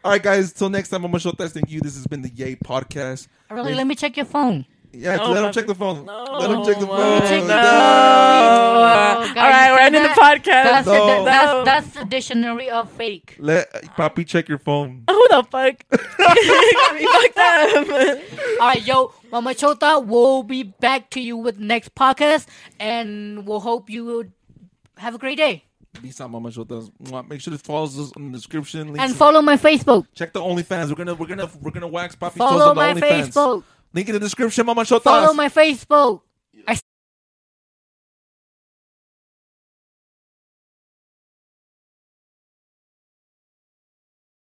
Speaker 1: All right, guys. Till next time, I'm gonna show test. Thank you. This has been the Yay Podcast.
Speaker 3: Really,
Speaker 1: Wait.
Speaker 3: let me check your phone.
Speaker 1: Yeah,
Speaker 2: No,
Speaker 1: let him
Speaker 2: puppy.
Speaker 1: check the phone.
Speaker 2: No,
Speaker 1: let him check the
Speaker 2: my-
Speaker 1: phone.
Speaker 3: Check the
Speaker 1: No.
Speaker 2: Uh,
Speaker 3: guys,
Speaker 2: all right, we're
Speaker 3: you
Speaker 2: ending the
Speaker 3: said
Speaker 2: podcast.
Speaker 3: That's, the,
Speaker 1: No.
Speaker 2: No.
Speaker 3: that's, that's the dictionary of fake.
Speaker 1: Let Papi check your phone.
Speaker 2: Who the fuck? Got me fucked up.
Speaker 3: All right, yo, Mama Chota, we'll be back to you with next podcast, and we'll hope you will have a great day.
Speaker 1: Peace out, Mama Shotas. Mwah. Make sure to follow us on the description. Links
Speaker 3: And follow my Facebook.
Speaker 1: check the OnlyFans. We're gonna we're gonna we're gonna wax Papi toes
Speaker 3: Follow
Speaker 1: on the
Speaker 3: my
Speaker 1: OnlyFans.
Speaker 3: Facebook.
Speaker 1: Link in the description, Mama Shotas.
Speaker 3: Follow my Facebook.